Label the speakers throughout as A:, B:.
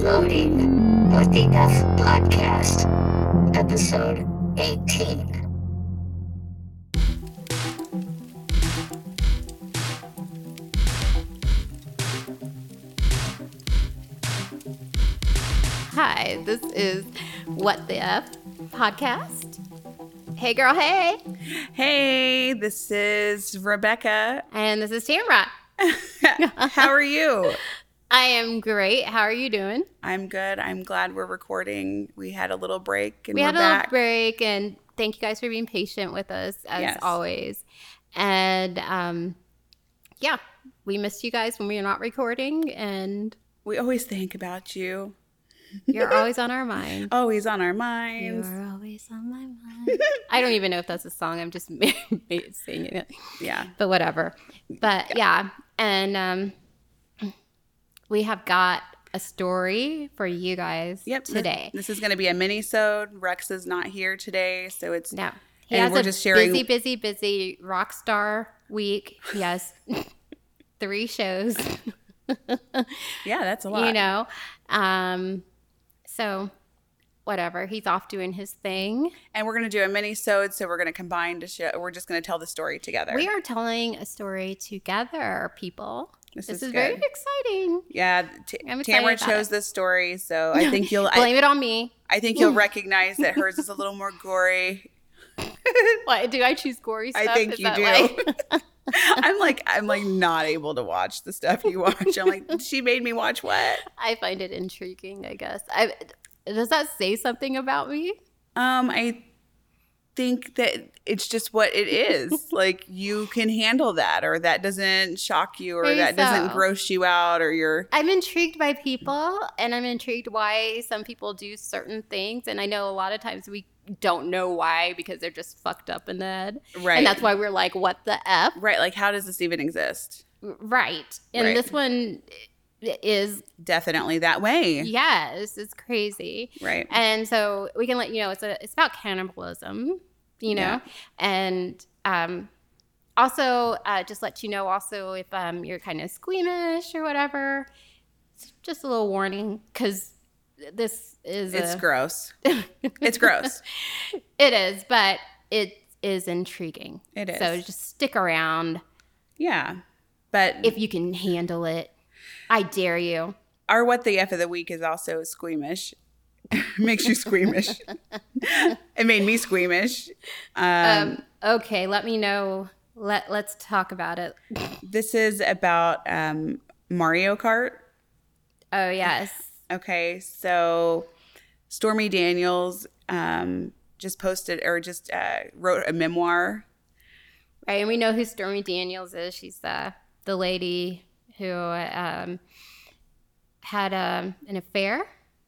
A: Loading the DF Podcast, Episode 18.
B: Hi, this is What the F podcast. Hey, girl, hey.
C: Hey, this is Rebecca.
B: And this is Tamra.
C: How are you?
B: I am great. How are you doing?
C: I'm good. I'm glad we're recording. We had a little break and
B: we
C: are
B: had a
C: back.
B: little break, and thank you guys for being patient with us as
C: Yes.
B: always. And um, yeah, we missed you guys when we were not recording, and
C: We always think about you.
B: you're always on our mind.
C: Always on our minds.
B: You're always on my mind. I don't even know if that's a song. I'm just ma- singing it.
C: Yeah.
B: but whatever. But yeah, and um, we have got a story for you guys
C: Yep. this-
B: today.
C: This, is going to be a mini-sode. Rex is not here today, so it's
B: No, he
C: And
B: has
C: we're
B: a
C: just sharing-
B: busy, busy, busy rock star week. He has three shows,
C: yeah, that's a lot.
B: you know. Um, so whatever, he's off doing his thing.
C: And we're going to do a mini-sode, so we're going to combine to show. We're just going to tell the story together.
B: We are telling a story together, people.
C: This
B: This
C: is
B: is, very
C: good.
B: exciting.
C: yeah, t-
B: I'm excited
C: Tamara
B: about
C: chose
B: it.
C: this story, so I think you'll. I,
B: Blame it on me.
C: I think you'll recognize that hers is a little more gory.
B: What do I choose gory stuff?
C: I think
B: Is
C: you
B: that
C: do.
B: why?
C: I'm like I'm like not able to watch the stuff you watch. I'm like she made me watch what?
B: I find it intriguing, I guess. I, does that say something about me?
C: Um I think that it's just what it is. like you can handle that or that doesn't shock you or
B: Maybe
C: that
B: so.
C: doesn't gross you out or you're
B: I'm intrigued by people and I'm intrigued why some people do certain things. And I know a lot of times we don't know why because they're just fucked up in the head.
C: right.
B: And that's why we're like, what the F?
C: right like how does this even exist?
B: Right. And
C: Right.
B: this one is,
C: Definitely that way.
B: yes, it's crazy.
C: Right.
B: And so we can let you know it's a, it's about cannibalism, you know,
C: Yeah.
B: and um, also uh, just let you know also if um, you're kind of squeamish or whatever, it's just a little warning because this is
C: It's
B: a-
C: gross. it's gross.
B: It is, but it is intriguing.
C: It is.
B: So just stick around
C: Yeah. But
B: if you can handle it. I dare you.
C: our what the f of the week is also squeamish. Makes you squeamish. it made me squeamish. um,
B: Um, okay, let me know. Let let's talk about it.
C: This is about um, Mario Kart.
B: Oh yes.
C: Okay, so Stormy Daniels um, just posted or just uh, wrote a memoir.
B: Right, and we know who Stormy Daniels is. She's the the lady who um, had um an affair.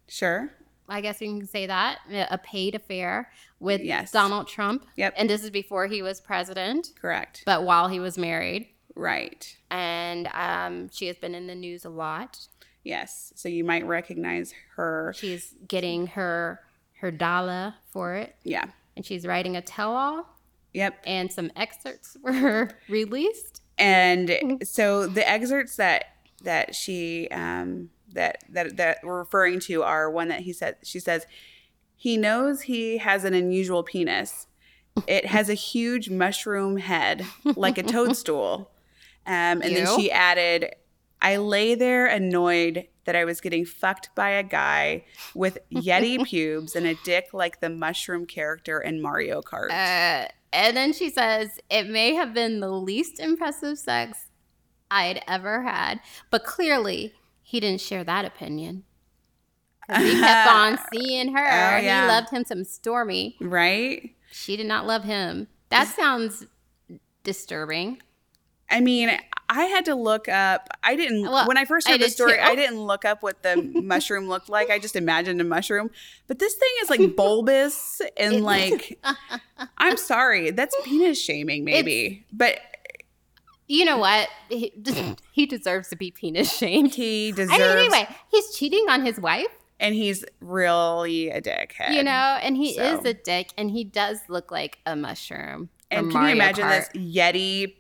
C: Sure.
B: I guess you can say that a paid affair with
C: Yes.
B: Donald Trump.
C: Yep.
B: And this is before he was president,
C: Correct.
B: but while he was married.
C: Right.
B: And um, she has been in the news a lot.
C: Yes. So you might recognize her.
B: She's getting her her dollar for it,
C: Yeah.
B: and she's writing a tell-all,
C: Yep.
B: and some excerpts were released. Mm-hmm.
C: And so the excerpts that that she um, that that that we're referring to are one that he said she says he knows he has an unusual penis. It has a huge mushroom head like a toadstool. Um, and then
B: Ew.
C: she added, I lay there annoyed that I was getting fucked by a guy with Yeti pubes and a dick like the mushroom character in Mario Kart.
B: Uh, and then she says, It may have been the least impressive sex I'd ever had, but clearly he didn't share that opinion. 'Cause He kept on seeing her.
C: Oh, yeah.
B: He loved him some Stormy.
C: right?
B: She did not love him. That sounds disturbing.
C: I mean, I had to look up. I didn't
B: Well,
C: when I first
B: I
C: heard the
B: did
C: story.
B: too.
C: I didn't look up what the mushroom looked like. I just imagined a mushroom, but this thing is like bulbous and
B: It-
C: like. I'm sorry, that's penis shaming, maybe, but
B: You know what? He, he deserves to be penis shamed.
C: he
B: I
C: deserves.
B: mean, anyway, he's cheating on his wife.
C: and he's really a dickhead.
B: You know, and he
C: So.
B: is a dick, and he does look like a mushroom. from
C: and can
B: Mario
C: you imagine
B: Kart.
C: this yeti,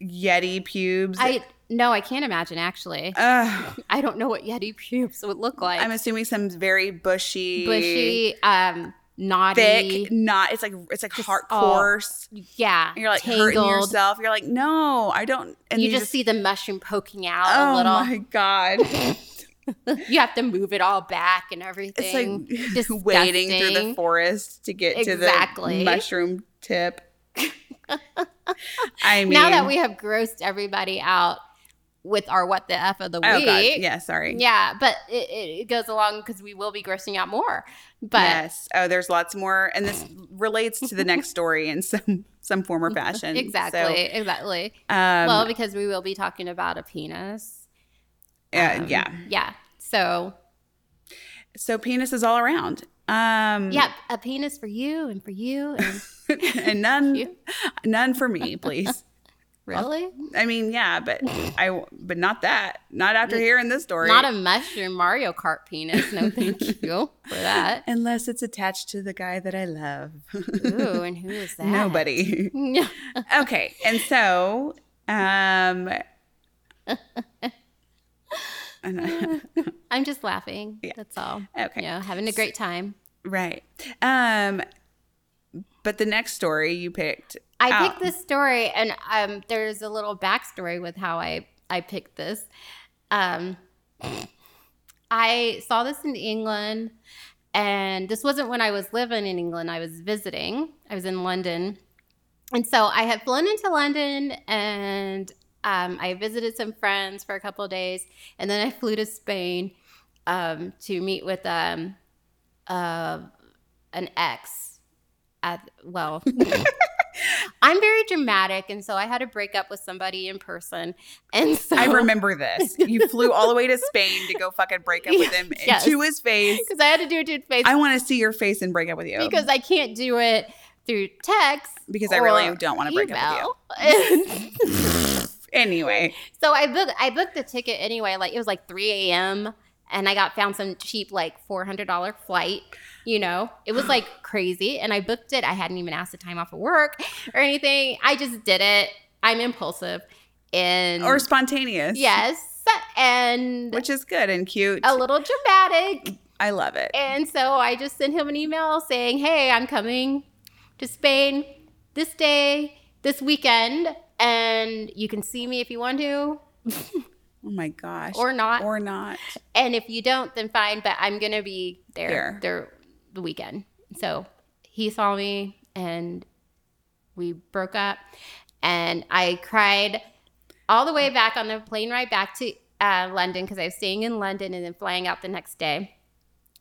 C: yeti pubes?
B: I No, I can't imagine. Actually,
C: Ugh.
B: I don't know what Yeti pubes would look like.
C: Uh, I'm assuming some very bushy,
B: bushy, um, naughty.
C: thick, not. It's like it's like
B: Just
C: hard,
B: all
C: coarse.
B: Yeah,
C: You're like hurting
B: tangled.
C: yourself. You're like, no, I don't. And
B: you
C: then
B: just, see the mushroom poking out
C: oh
B: a little.
C: my god,
B: you have to move it all back and
C: it's
B: everything.
C: like wading through the
B: Disgusting.
C: forest to get to
B: Exactly.
C: the mushroom tip. I mean,
B: now that we have grossed everybody out with our what the f of the
C: oh
B: week.
C: god, yeah, sorry,
B: Yeah, but it, it it goes along because we will be grossing out more. But
C: yes. Oh, there's lots more, and this relates to the next story in some some form or fashion. So,
B: exactly, exactly.
C: um,
B: well, because we will be talking about a penis.
C: uh,
B: Um,
C: yeah.
B: Yeah. So,
C: So penis is all around. Um,
B: yeah, a penis for you and for you and
C: and none,
B: you.
C: none for me, please.
B: Really?
C: I mean, yeah, but I, but not that. Not after hearing this story.
B: Not a mushroom Mario Kart penis. No, thank you for that.
C: unless it's attached to the guy that I love.
B: Ooh, and who is that?
C: Nobody.
B: Yeah.
C: okay, and so, um, and-
B: I'm just laughing.
C: Yeah.
B: That's all.
C: okay,
B: You know, having a great time.
C: right. Um, but the next story you picked,
B: I
C: Oh.
B: picked this story, and um, there's a little backstory with how I I picked this. Um, I saw this in England, and this wasn't when I was living in England. I was visiting. I was in London, and so I had flown into London, and um, I visited some friends for a couple of days, and then I flew to Spain um, to meet with um, uh, an ex. At well. I'm very dramatic, and so I had to break up with somebody in person. And so
C: I remember this. You flew all the way to Spain to go fucking break up with him
B: Yes.
C: to his face.
B: because I had to do it to face
C: I want to see your face and break up with you
B: because I can't do it through text
C: Because I really
B: or
C: don't wanna break up
B: email.
C: anyway,
B: so I booked I booked the ticket anyway. Like it was like 3 a.m. and I got found some cheap like four hundred dollar flight. You know, it was like crazy, and I booked it. I hadn't even asked the time off of work or anything. I just did it. I'm impulsive, and
C: or spontaneous.
B: yes, and
C: which is good and cute.
B: a little dramatic.
C: I love it.
B: Oh. And so I just sent him an email saying, Hey, I'm coming to Spain this day, this weekend, and you can see me if you want to
C: Oh my gosh.
B: or not.
C: or not.
B: and if you don't, then fine, but I'm going to be there,
C: There.
B: there the weekend. So he saw me and we broke up. And I cried all the way back on the plane ride back to uh, London because I was staying in London and then flying out the next day.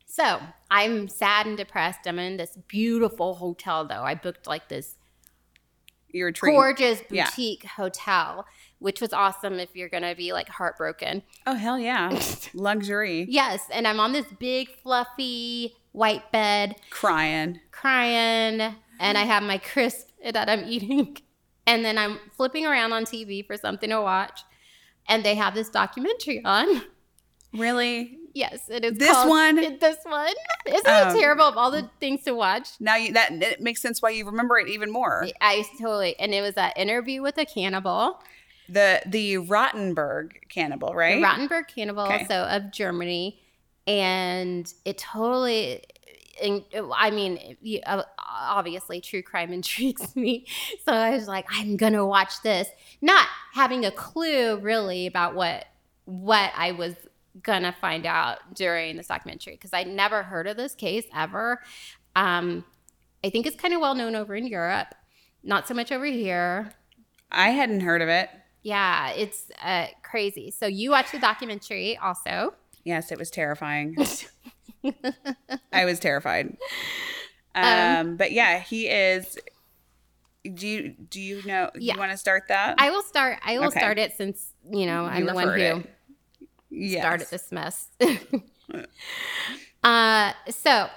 B: So I'm sad and depressed. I'm in this beautiful hotel though. I booked like this
C: Your treat.
B: gorgeous
C: Yeah.
B: boutique hotel, which was awesome if you're gonna be like heartbroken.
C: oh hell yeah. Luxury.
B: Yes, and I'm on this big fluffy white bed
C: Crying.
B: crying, and I have my crisp that I'm eating, and then I'm flipping around on TV for something to watch, and they have this documentary on.
C: Really?
B: Yes, it is
C: This
B: called-
C: one?
B: This one isn't
C: Um,
B: it terrible of all the things to watch?
C: Now you that it makes sense why you remember it even more.
B: I totally and it was an interview with a cannibal,
C: The the Rottenberg cannibal, right?
B: the Rottenberg cannibal,
C: Okay.
B: so of Germany, and it totally. And I mean, you- uh, obviously, true crime intrigues me, so I was like, I'm gonna watch this, not having a clue really about what what I was gonna find out during this documentary because I never heard of this case ever. Um, I think it's kind of well known over in Europe, not so much over here.
C: I hadn't heard of it.
B: Yeah, it's uh, crazy. So you watched the documentary also.
C: Yes, it was terrifying. I was terrified. Um,
B: Um,
C: but yeah, he is do you do you know
B: Yeah.
C: you want to start that?
B: I will start. I will
C: Okay.
B: start it since you know I'm
C: You
B: the one
C: referred
B: who
C: it. yes.
B: started this mess. uh, so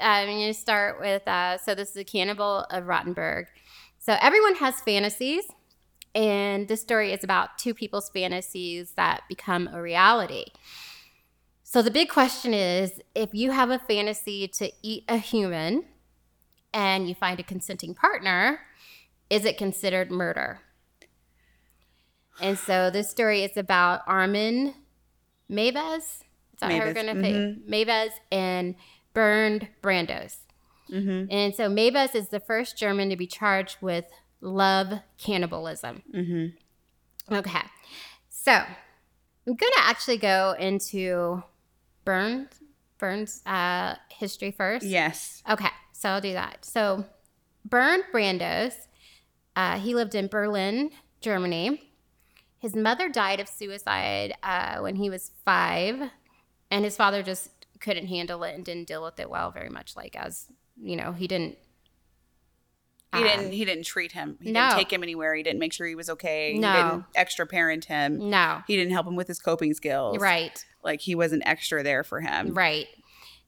B: I'm going to start with. Uh, so this is a cannibal of Rottenberg. So everyone has fantasies, and this story is about two people's fantasies that become a reality. So the big question is, if you have a fantasy to eat a human, and you find a consenting partner, is it considered murder? And so this story is about Armin Mavez. Is that how we're
C: Mavez,
B: going to think? Mavez and Bernd Brandos.
C: Mm-hmm.
B: And so Mabus is the first German to be charged with love cannibalism.
C: Mm-hmm.
B: Okay. So I'm going to actually go into Burns, Burns uh, history first.
C: Yes.
B: Okay. So I'll do that. So Bernd Brandos, uh, he lived in Berlin, Germany. His mother died of suicide uh, when he was five, and his father just couldn't handle it and didn't deal with it well, very much like as you know, he didn't
C: He
B: Um,
C: didn't. He didn't treat him. He
B: no.
C: didn't take him anywhere. He didn't make sure he was okay.
B: No.
C: He didn't extra parent him.
B: um, No.
C: He didn't help him with his coping skills.
B: Right.
C: Like he wasn't extra there for him,
B: Right.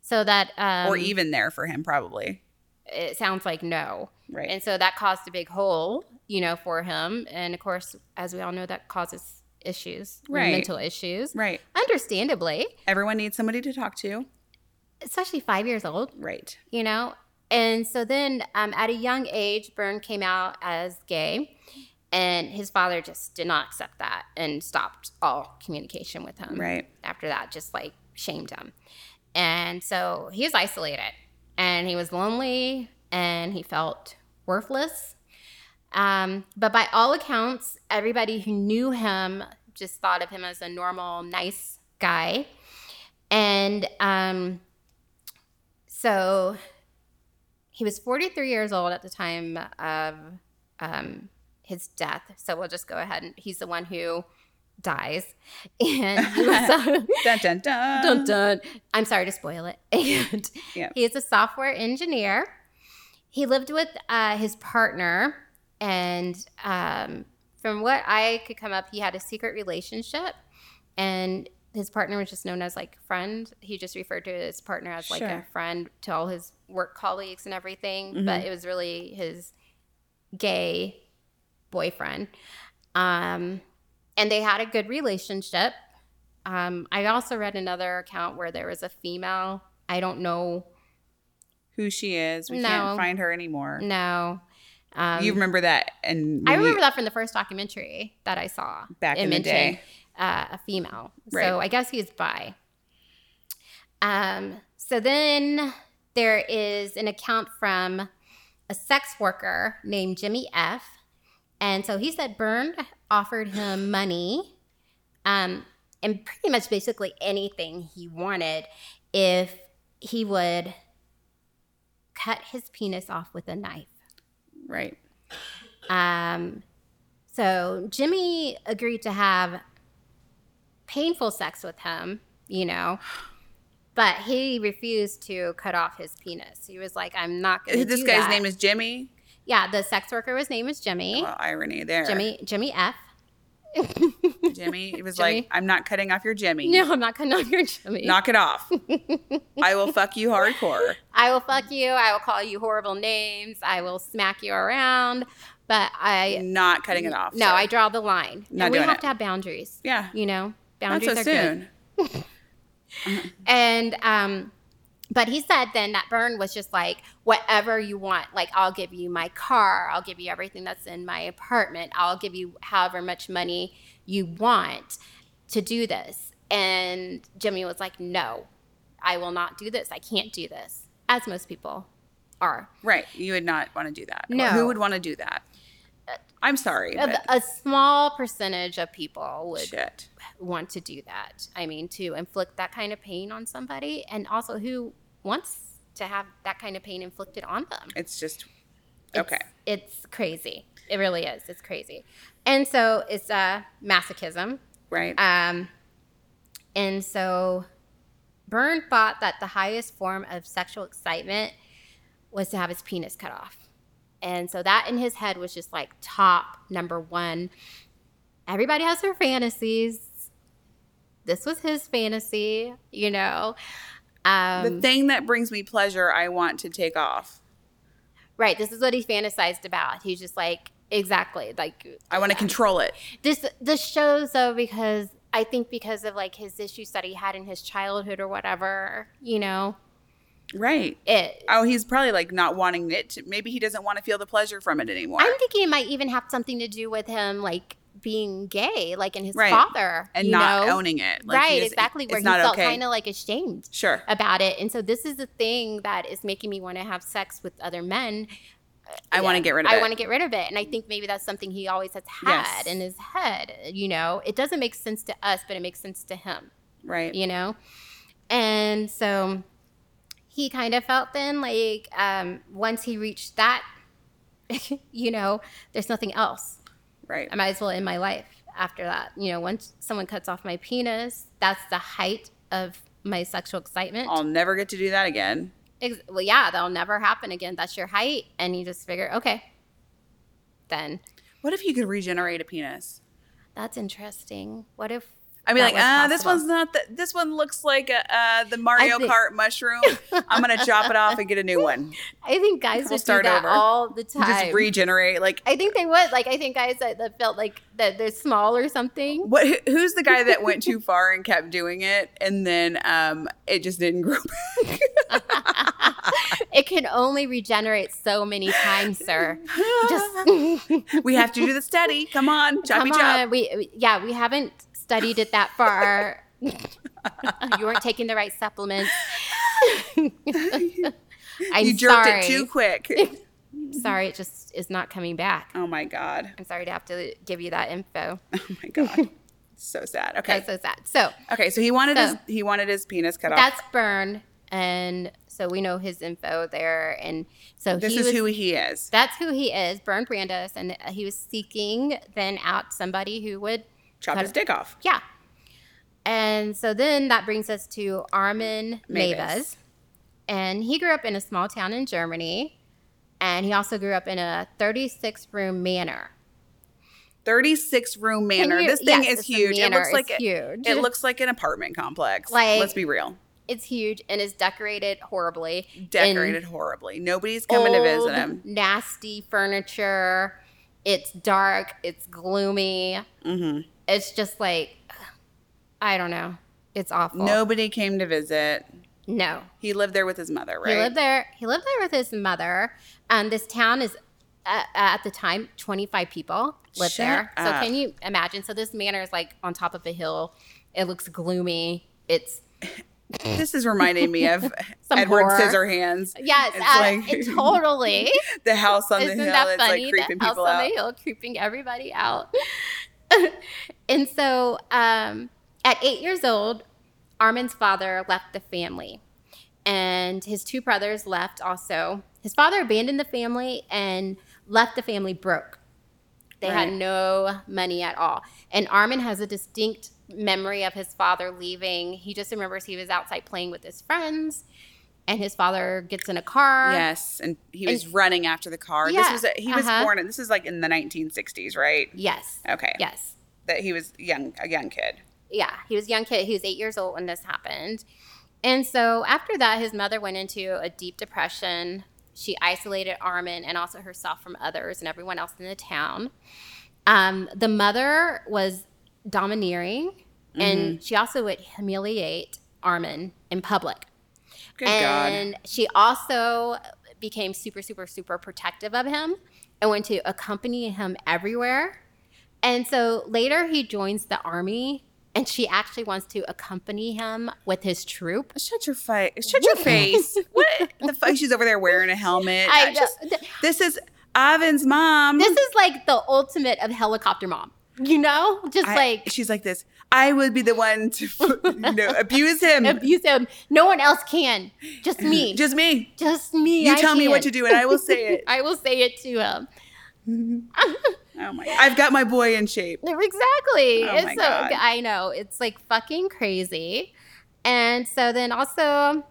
B: So that um,
C: or even there for him, probably.
B: it sounds like no.
C: Right.
B: And so that caused a big hole, you know, for him. And of course, as we all know, that causes issues,
C: Right.
B: mental issues,
C: right.
B: understandably,
C: Everyone needs somebody to talk to.
B: especially five years old,
C: Right.
B: you know. And so then um, at a young age, Byrne came out as gay, and his father just did not accept that and stopped all communication with him.
C: Right.
B: after that just like shamed him. And so he was isolated and he was lonely and he felt worthless. Um, but by all accounts, everybody who knew him just thought of him as a normal, nice guy. And um, so he was 43 years old at the time of um, his death. So we'll just go ahead and he's the one who dies. And he was, um,
C: Dun dun dun.
B: dun dun. Um, I'm sorry to spoil it. And
C: Yeah.
B: he is a software engineer. He lived with uh, his partner, and um, from what I could come up, he had a secret relationship, and his partner was just known as like friend. He just referred to his partner as like a
C: Sure.
B: friend to all his work colleagues and everything, but
C: Mhm.
B: it was really his gay boyfriend. Um, and they had a good relationship. Um, I also read another account where there was a female. I don't know.
C: Who she is? We
B: No.
C: can't find her anymore.
B: No. Um,
C: you remember that? And
B: I
C: we-
B: remember that from the first documentary that I saw.
C: back
B: it
C: in the
B: mentioned
C: day.
B: uh, a female.
C: Right.
B: So I guess he's bi. Um, so then there is an account from a sex worker named Jimmy F. And so he said Byrne offered him money um, and pretty much basically anything he wanted if he would cut his penis off with a knife.
C: Right.
B: Um, so Jimmy agreed to have painful sex with him, you know, but he refused to cut off his penis. He was like, "I'm not going to."
C: This
B: do
C: guy's
B: that.
C: name is Jimmy.
B: yeah. The sex worker, his name is Jimmy.
C: Well, irony there.
B: Jimmy Jimmy F.
C: Jimmy. He was
B: Jimmy.
C: like, I'm not cutting off your Jimmy.
B: No, I'm not cutting off your Jimmy.
C: Knock it off. I will fuck you hardcore.
B: I will fuck you. I will call you horrible names. I will smack you around. But I
C: Not cutting it off.
B: no,
C: sir.
B: I draw the line.
C: Not
B: and we
C: doing
B: have
C: it.
B: to have boundaries.
C: Yeah.
B: You know,
C: Not
B: boundaries
C: so
B: are good.
C: soon.
B: And um but he said then that Vern was just like, whatever you want, like I'll give you my car, I'll give you everything that's in my apartment, I'll give you however much money you want to do this. And Jimmy was like, No, I will not do this. I can't do this. As most people are.
C: Right. You would not want to do that.
B: No. Uh,
C: Who would want to do that? I'm sorry.
B: A,
C: But
B: a small percentage of people would
C: shit.
B: want to do that. I mean, to inflict that kind of pain on somebody, and also who wants to have that kind of pain inflicted on them?
C: It's just
B: It's-
C: okay.
B: It's crazy. It really is. It's crazy. And so it's uh, masochism.
C: Right.
B: Um, and so Byrne thought that the highest form of sexual excitement was to have his penis cut off. And so that in his head was just like top number one. Everybody has their fantasies. This was his fantasy, you know.
C: the
B: Um,
C: thing that brings me pleasure, I want to take off.
B: right. This is what he fantasized about. He's just like, exactly. Like,
C: I want to control it.
B: this this shows though because I think because of like his issues that he had in his childhood or whatever, you know,
C: Right.
B: it.
C: Oh, he's probably like not wanting it. To, maybe he doesn't want to feel the pleasure from it anymore.
B: I'm thinking it might even have something to do with him like being gay, like in his
C: Right.
B: father,
C: and
B: you
C: not
B: know?
C: owning it. Like, he
B: right,
C: just-
B: exactly. Where
C: it's
B: he
C: not
B: felt
C: okay.
B: kind of like ashamed
C: Sure.
B: about it, and so this is the thing that is making me want to have sex with other men.
C: I want to
B: Yeah,
C: get rid of
B: I
C: it.
B: want to get rid of it, and I think maybe that's something he always has had
C: Yes.
B: in his head. You know, it doesn't make sense to us, but it makes sense to him
C: right.
B: you know? And so he kind of felt then like um, once he reached that, you know, there's nothing else.
C: Right.
B: I might as well end my life after that. You know, once someone cuts off my penis, that's the height of my sexual excitement.
C: I'll never get to do that again.
B: Ex- well, yeah, that'll never happen again. That's your height. And you just figure, okay, then
C: What if you could regenerate a penis?
B: that's interesting. What if
C: I mean,
B: That
C: like,
B: was
C: ah, this
B: possible.
C: one's not. The, this one looks like a, uh, the Mario
B: think-
C: Kart mushroom. I'm gonna chop it off and get a new one.
B: I think guys
C: We'll
B: would
C: start
B: do that
C: over.
B: all the
C: You
B: time?
C: Just regenerate. Like,
B: I think they would. Like I think guys that, that felt like that they're small or something.
C: what? who- Who's the guy that went too far and kept doing it, and then um, it just didn't grow back?
B: it can only regenerate so many times, sir. Just
C: we have to do the study. Come on, choppy
B: come
C: chop.
B: on. We, we- yeah, we haven't studied it that far. you weren't taking the right supplements. I'm
C: you jerked
B: sorry.
C: it too quick.
B: Sorry, it just is not coming back.
C: oh my god.
B: I'm sorry to have to give you that info.
C: Oh my god. so sad. Okay.
B: That's so sad. So
C: Okay. So he wanted
B: So-
C: his he wanted his penis cut off.
B: that's Burn, and so we know his info there, and so
C: This
B: he
C: is
B: was
C: who he is.
B: That's who he is, Bern Brandos, and uh, he was seeking then out somebody who would,
C: Chop
B: cut
C: his
B: it.
C: dick off.
B: yeah. And so then that brings us to Armin
C: Mavis.
B: Mavis. and he grew up in a small town in Germany, and he also grew up in a 36 room manor.
C: 36 room
B: Can
C: manor.
B: you-
C: this thing
B: yes,
C: is
B: it's a
C: huge. It
B: manor.
C: looks like
B: It's
C: a-
B: huge.
C: It looks like an apartment complex.
B: Like-
C: Let's be real.
B: it's huge and is decorated horribly. in
C: Decorated horribly. Nobody's coming to visit
B: old,
C: him.
B: Nasty furniture. It's dark. It's gloomy.
C: hmm
B: it's just like I don't know. It's awful.
C: Nobody came to visit.
B: no.
C: He lived there with his mother, right?
B: He lived there. He lived there with his mother. And this town is uh, at the time 25 people live
C: Shut
B: there.
C: up.
B: So can you imagine? So this manor is like on top of a hill. It looks gloomy. It's
C: This is reminding me of
B: Some
C: Edward
B: horror.
C: Scissorhands.
B: yes,
C: It's
B: uh,
C: like-
B: it totally.
C: The house on
B: Isn't
C: the hill
B: that
C: that's
B: funny?
C: like creeping
B: the house
C: people
B: on
C: out.
B: the hill creeping everybody out. and so um, at eight years old, Armin's father left the family, and his two brothers left also. His father abandoned the family and left the family broke. They had
C: Right.
B: no money at all. And Armin has a distinct memory of his father leaving. He just remembers he was outside playing with his friends, and his father gets in a car.
C: Yes, and he was running after the car. This
B: Yeah,
C: was a, he was
B: uh-huh.
C: born. in- This is like in the 1960s, right?
B: Yes.
C: Okay.
B: Yes.
C: That he was young, a young kid.
B: yeah, he was a young kid. He was eight years old when this happened. And so after that, his mother went into a deep depression. She isolated Armin and also herself from others and everyone else in the town. Um, the mother was domineering and she also would humiliate Armin in public.
C: Good God.
B: and she also became super, super, super protective of him and went to accompany him everywhere. And so later he joins the army and she actually wants to accompany him with his troop.
C: Shut your face! Shut your face! What the fuck? She's over there wearing a helmet.
B: I
C: I just-
B: know. Th-
C: this is Ivan's mom.
B: This is like the ultimate of helicopter mom, you know? Just
C: I-
B: like
C: she's like this. I would be the one to, you know, abuse him.
B: abuse him. No one else can. Just me. Just,
C: Just me.
B: me.
C: You
B: I
C: tell me what to
B: can.
C: do, and I will say it.
B: I will say it to um, him.
C: Oh my! I've got my boy in shape.
B: Exactly.
C: Oh
B: it's
C: my
B: so
C: God.
B: I know. It's like fucking crazy. And so then also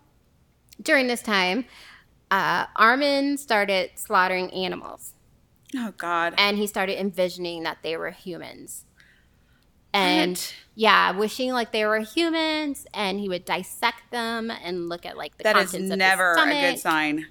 B: during this time, uh, Armin started slaughtering animals
C: Oh God!
B: and he started envisioning that they were humans. And yeah, wishing like they were humans and he would dissect them and look at like the
C: That is
B: contents of his
C: never a
B: stomach
C: good sign.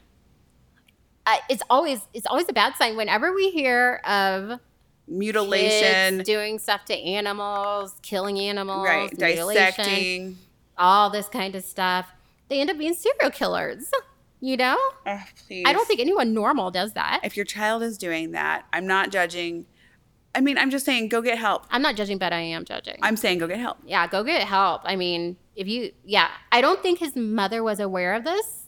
B: uh, it's always it's always a bad sign whenever we hear of
C: Mutilation,
B: kids doing stuff to animals, killing animals,
C: right?
B: mutilation,
C: Dissecting.
B: all this kind of stuff. They end up being serial killers. You know,
C: Oh, please.
B: I don't think anyone normal does that.
C: if your child is doing that, I'm not judging. I mean, I'm just saying, go get help.
B: I'm not judging, but I am judging.
C: I'm saying, go get help.
B: yeah, go get help. I mean, if you, yeah, I don't think his mother was aware of this.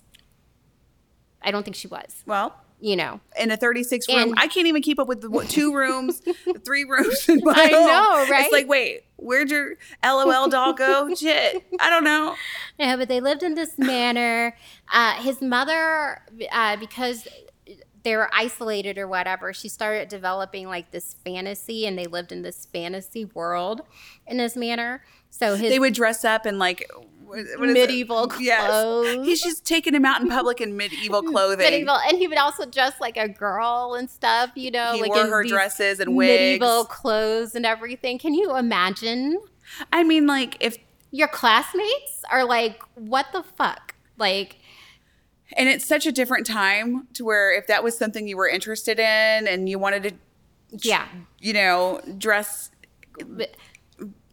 B: I don't think she was,
C: Well,
B: you know.
C: in a 36 room,
B: And-
C: I can't even keep up with the what, two rooms, the three rooms in my
B: I
C: home.
B: know, right?
C: It's like, wait, where'd your LOL doll go? Shit, I don't know.
B: Yeah, but they lived in this manor. Uh, his mother, uh, because they were isolated or whatever, she started developing like this fantasy, and they lived in this fantasy world in this manor. So his
C: They would dress up in like what is it?
B: medieval
C: Yes.
B: clothes.
C: He's just taking him out in public in medieval clothing.
B: medieval, and he would also dress like a girl and stuff. You know,
C: he
B: like
C: wore
B: in
C: her
B: these
C: dresses and wigs.
B: medieval clothes and everything. Can you imagine?
C: I mean, like if
B: Your classmates are like, what the fuck? Like,
C: and it's such a different time to where if that was something you were interested in and you wanted to,
B: yeah.
C: you know, dress.
B: But-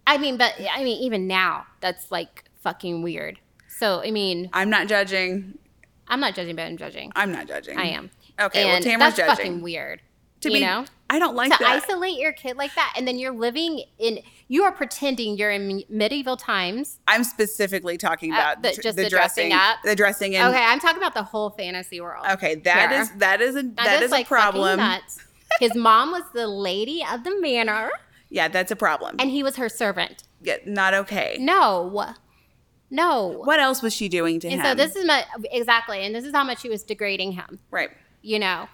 B: I mean, but I mean, even now, that's like fucking weird. So, I mean,
C: I'm not judging.
B: I'm not judging, but I'm judging.
C: I'm not judging.
B: I am.
C: Okay, well,
B: and
C: Tamara's
B: that's
C: judging.
B: fucking weird.
C: to
B: you
C: be,
B: know?
C: I don't like
B: to
C: that.
B: isolate your kid like that, and then you're living in, you are pretending you're in medieval times.
C: I'm specifically talking
B: Uh,
C: about
B: the-
C: tr-
B: just the dressing up?
C: the dressing in.
B: okay, I'm talking about the whole fantasy world.
C: okay, that
B: Sure.
C: is that is a that is a
B: fucking
C: problem.
B: nuts. His mom was the lady of the manor,
C: Yeah, that's a problem.
B: and he was her servant.
C: yeah, not okay.
B: No, no.
C: What else was she doing to
B: and
C: him?
B: so this is my exactly, and this is how much he was degrading him.
C: right.
B: you know.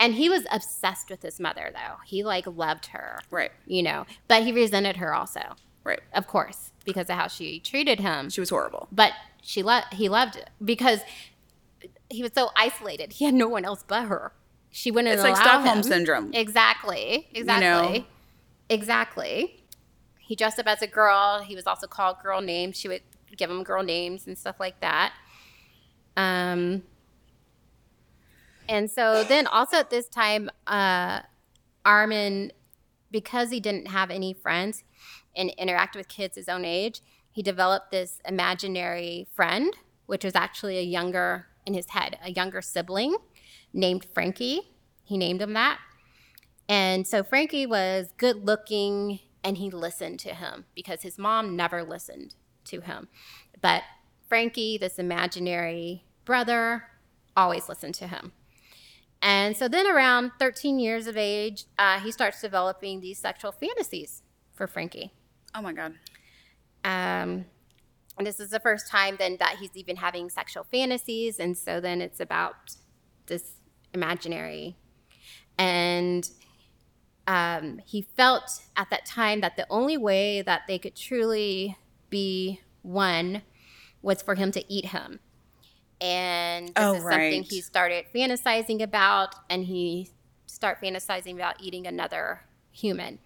B: And he was obsessed with his mother, though. He like loved her,
C: Right.
B: you know, but he resented her also,
C: Right.
B: of course, because of how she treated him.
C: She was horrible.
B: But she loved, he loved it because he was so isolated. He had no one else but her. She wouldn't
C: It's
B: allow
C: like Stockholm
B: him.
C: syndrome.
B: Exactly. Exactly.
C: know?
B: Exactly. He dressed up as a girl. He was also called girl names. She would give him girl names and stuff like that. Um, and so then also at this time, uh, Armin, because he didn't have any friends and interact with kids his own age, he developed this imaginary friend, which was actually a younger, in his head, a younger sibling named Frankie. He named him that. And so Frankie was good looking and he listened to him because his mom never listened to him. But Frankie, this imaginary brother, always listened to him. And so then around 13 years of age, uh, he starts developing these sexual fantasies for Frankie.
C: Oh my god.
B: Um, and this is the first time then that he's even having sexual fantasies. And so then it's about this imaginary. And um, he felt at that time that the only way that they could truly be one was for him to eat him. And this
C: Oh,
B: is something
C: right.
B: he started fantasizing about, and he start fantasizing about eating another human.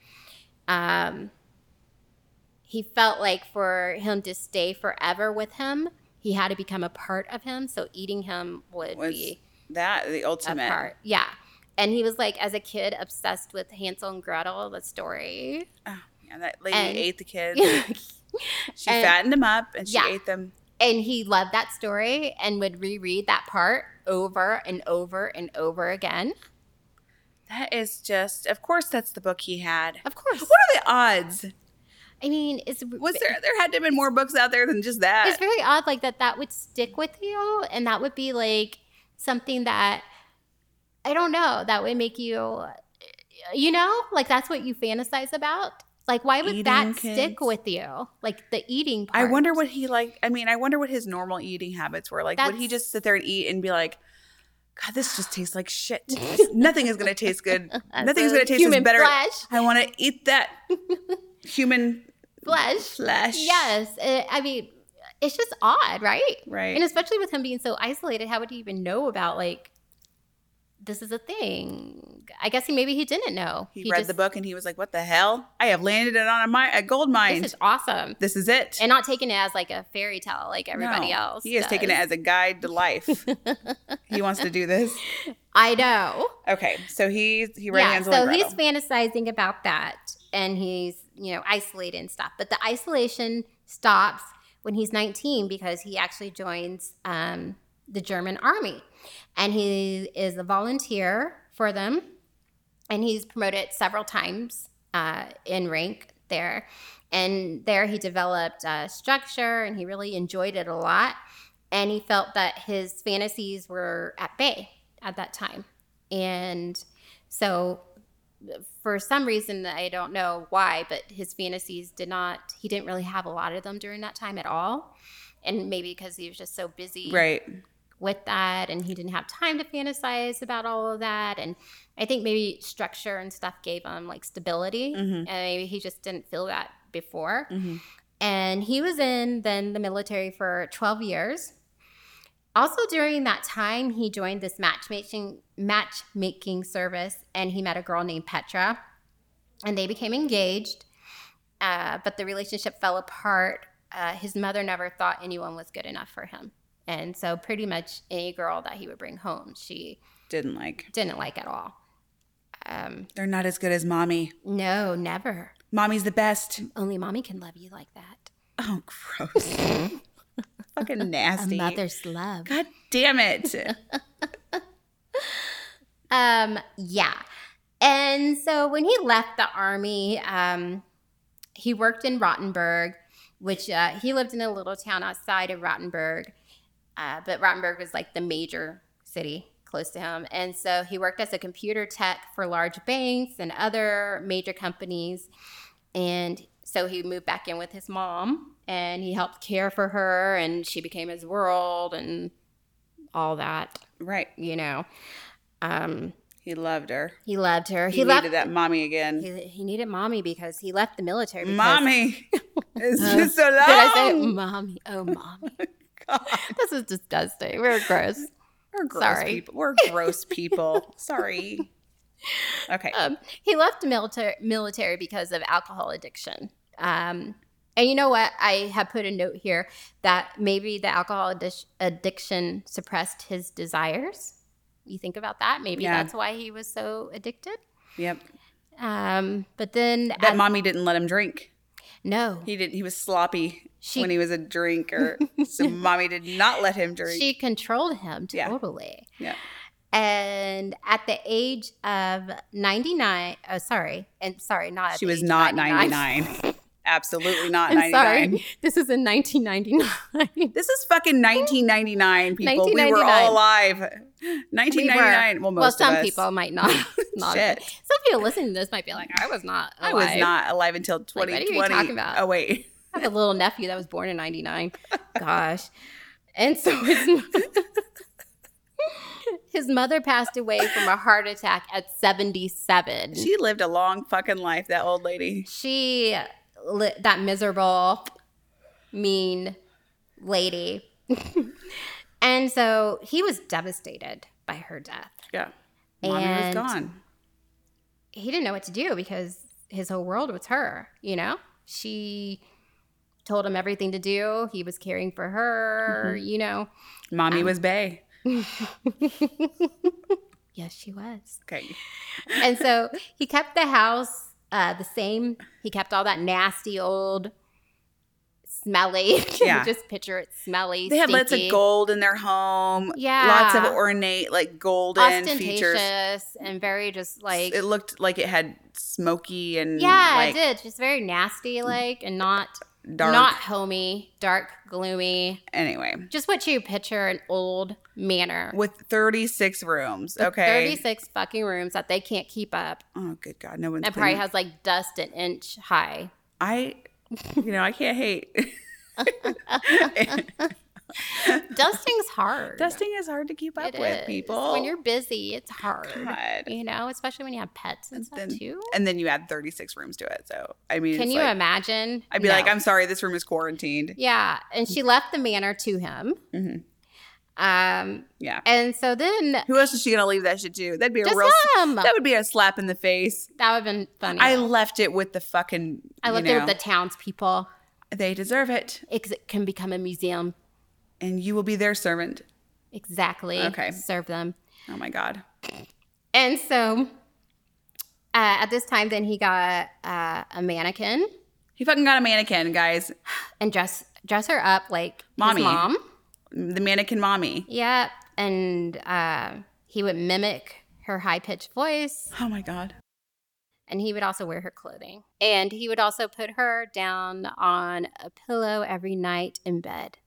B: Um, he felt like for him to stay forever with him, he had to become a part of him. So eating him would
C: Was
B: be
C: that the
B: a
C: ultimate?
B: part. Yeah. And he was like, as a kid, obsessed with Hansel and Gretel, the story.
C: Oh, yeah, that lady
B: And-
C: ate the kids.
B: and
C: She
B: and-
C: fattened them up and she
B: Yeah.
C: ate them.
B: he loved that story and would reread that part over and over and over again.
C: That is just. Of course, that's the book he had.
B: Of course.
C: What are the odds?
B: I mean, it's
C: Was there there had to have been more books out there than just
B: it's
C: that?
B: very odd like that that would stick with you and that would be like something that i don't know that would make you you know like that's what you fantasize about like why would that
C: Eating
B: stick
C: kids.
B: with you like the eating
C: I
B: part
C: wonder what he like. I mean, I wonder what his normal eating habits were. Like, would he
B: That's-
C: just sit there and eat and be like, "God, this just tastes like shit. This- Nothing is gonna taste good.
B: As
C: Nothing's
B: a
C: gonna taste as
B: human
C: better.
B: flesh
C: I want to eat that human
B: flesh
C: flesh."
B: yes Uh, i mean it's just odd right
C: Right.
B: and especially with him being so isolated how would he even know about like this is a thing i guess he maybe he didn't know
C: he, read the book and he was like, "What the hell? I have landed it on a, mi- a gold mine.
B: this is awesome
C: This is it."
B: and not taking it as like a fairy tale like everybody
C: No,
B: else.
C: He has taken it
B: does.
C: as a guide to life. he wants to do this.
B: I know.
C: Okay, so he he read
B: Yeah,
C: Hansel
B: so
C: and Gretel.
B: he's fantasizing about that, and he's you know isolated and stuff. But the isolation stops when he's 19 because he actually joins um, the German army, and he is a volunteer for them. and he's promoted several times uh, in rank there. And there he developed uh, structure and he really enjoyed it a lot. And he felt that his fantasies were at bay at that time. And so, for some reason, I don't know why, but his fantasies did not, he didn't really have a lot of them during that time at all. And maybe because he was just so busy
C: Right.
B: with that and he didn't have time to fantasize about all of that and i think maybe structure and stuff gave him like stability
C: Mhm.
B: and maybe he just didn't feel that before
C: Mhm.
B: and he was in then the military for 12 years also during that time he joined this matchmaking matchmaking service and he met a girl named petra and they became engaged uh, but the relationship fell apart uh, his mother never thought anyone was good enough for him and so pretty much any girl that he would bring home she
C: Didn't like.
B: didn't like at all um,
C: They're not as good as mommy.
B: no never
C: Mommy's the best.
B: only mommy can love you like that
C: Oh, gross. Fucking nasty.
B: a mother's love
C: God damn it.
B: Um, yeah. And so when he left the army, um, he worked in Rottenburg, which uh, he lived in a little town outside of Rottenburg. Uh, but Rottenburg was like the major city close to him. And so he worked as a computer tech for large banks and other major companies. And so he moved back in with his mom and he helped care for her, and she became his world and all that,
C: right.
B: you know. Um,
C: He loved her.
B: he loved her.
C: He,
B: He, left.
C: needed that mommy again.
B: He, he needed mommy because he left the military. Because,
C: mommy. It's
B: Uh,
C: just so long.
B: Did I say mommy? Oh, mommy.
C: God.
B: this is disgusting. We're gross.
C: We're gross
B: Sorry.
C: people. We're gross people. Sorry. Okay.
B: Um, he left the military military because of alcohol addiction. Um, and you know what? I have put a note here that maybe the alcohol addi- addiction suppressed his desires. You think about that? Maybe
C: Yeah.
B: that's why he was so addicted.
C: Yep.
B: Um, but then,
C: That
B: at-
C: mommy didn't let him drink.
B: no,
C: He didn't. He was sloppy
B: She-
C: when he was a drinker. so mommy did not let him drink.
B: She controlled him
C: Yeah.
B: totally.
C: Yeah.
B: And at the age of 99, oh, sorry. And sorry, not at
C: She
B: the
C: was
B: age of
C: not 99. Absolutely not
B: I'm
C: 99.
B: sorry. This is in 1999.
C: This is fucking 1999, people. We were
B: 1999.
C: all alive. 1999. well, most
B: well,
C: of
B: some
C: us.
B: people might not. not have
C: Shit.
B: been. Some people listening to this might be like, I was not.
C: I was
B: alive.
C: not alive until
B: Like, what
C: 2020.
B: are you talking about?
C: Oh wait,
B: I have a little nephew that was born in 99. Gosh. And so his, his mother passed away from a heart attack at 77.
C: she lived a long fucking life. That old lady.
B: she li- that miserable mean lady and so he was devastated by her death
C: Yeah, mommy
B: And-
C: was gone.
B: he didn't know what to do because his whole world was her you know she told him everything to do he was caring for her you know
C: Mommy was Bay.
B: yes she was
C: Okay,
B: and so he kept the house uh, the same. He kept all that nasty old smelly.
C: Yeah.
B: just picture it smelly.
C: they had lots of
B: stinky,
C: gold in their home.
B: Yeah.
C: lots of ornate, like golden features.
B: ostentatious and very just like
C: it looked like it had smoky and
B: yeah,
C: like Mm,
B: it did. Just very nasty, like and not
C: dark.
B: not homey, dark, gloomy.
C: anyway,
B: Just what you picture an old manor.
C: with 36 rooms.
B: with
C: okay.
B: 36 fucking rooms that they can't keep up.
C: Oh good God, no one's.
B: That probably
C: cleaning-
B: has like dust an inch high.
C: I, you know, I can't hate.
B: Dusting's hard.
C: Dusting is hard to keep up
B: It
C: with,
B: is.
C: people. Oh
B: When you're busy, it's hard.
C: God.
B: You know, especially when you have pets and stuff
C: Then-
B: too.
C: and then you add 36 rooms to it. So I mean,
B: Can
C: it's
B: you
C: like-
B: imagine?
C: I'd be
B: No.
C: like, I'm sorry, this room is quarantined.
B: Yeah, and she left the manor to him.
C: Mhm.
B: Um,
C: Yeah.
B: and so then
C: Who else is she gonna leave that shit to? That'd be a
B: just
C: real.
B: him.
C: That would be a slap in the face.
B: That would have been funny.
C: I
B: I,
C: left it with the fucking.
B: I
C: you
B: left it with
C: know,
B: the townspeople.
C: They deserve it,
B: It c- can become a museum.
C: and you will be their servant.
B: Exactly.
C: Okay.
B: Serve them.
C: Oh my god.
B: And so uh, at this time, then he got uh, a mannequin
C: He fucking got a mannequin, guys.
B: and dress dress her up like his
C: Mommy.
B: mom.
C: The mannequin mommy.
B: Yep. And uh, he would mimic her high pitched voice,
C: Oh my God.
B: and he would also wear her clothing. And he would also put her down on a pillow every night in bed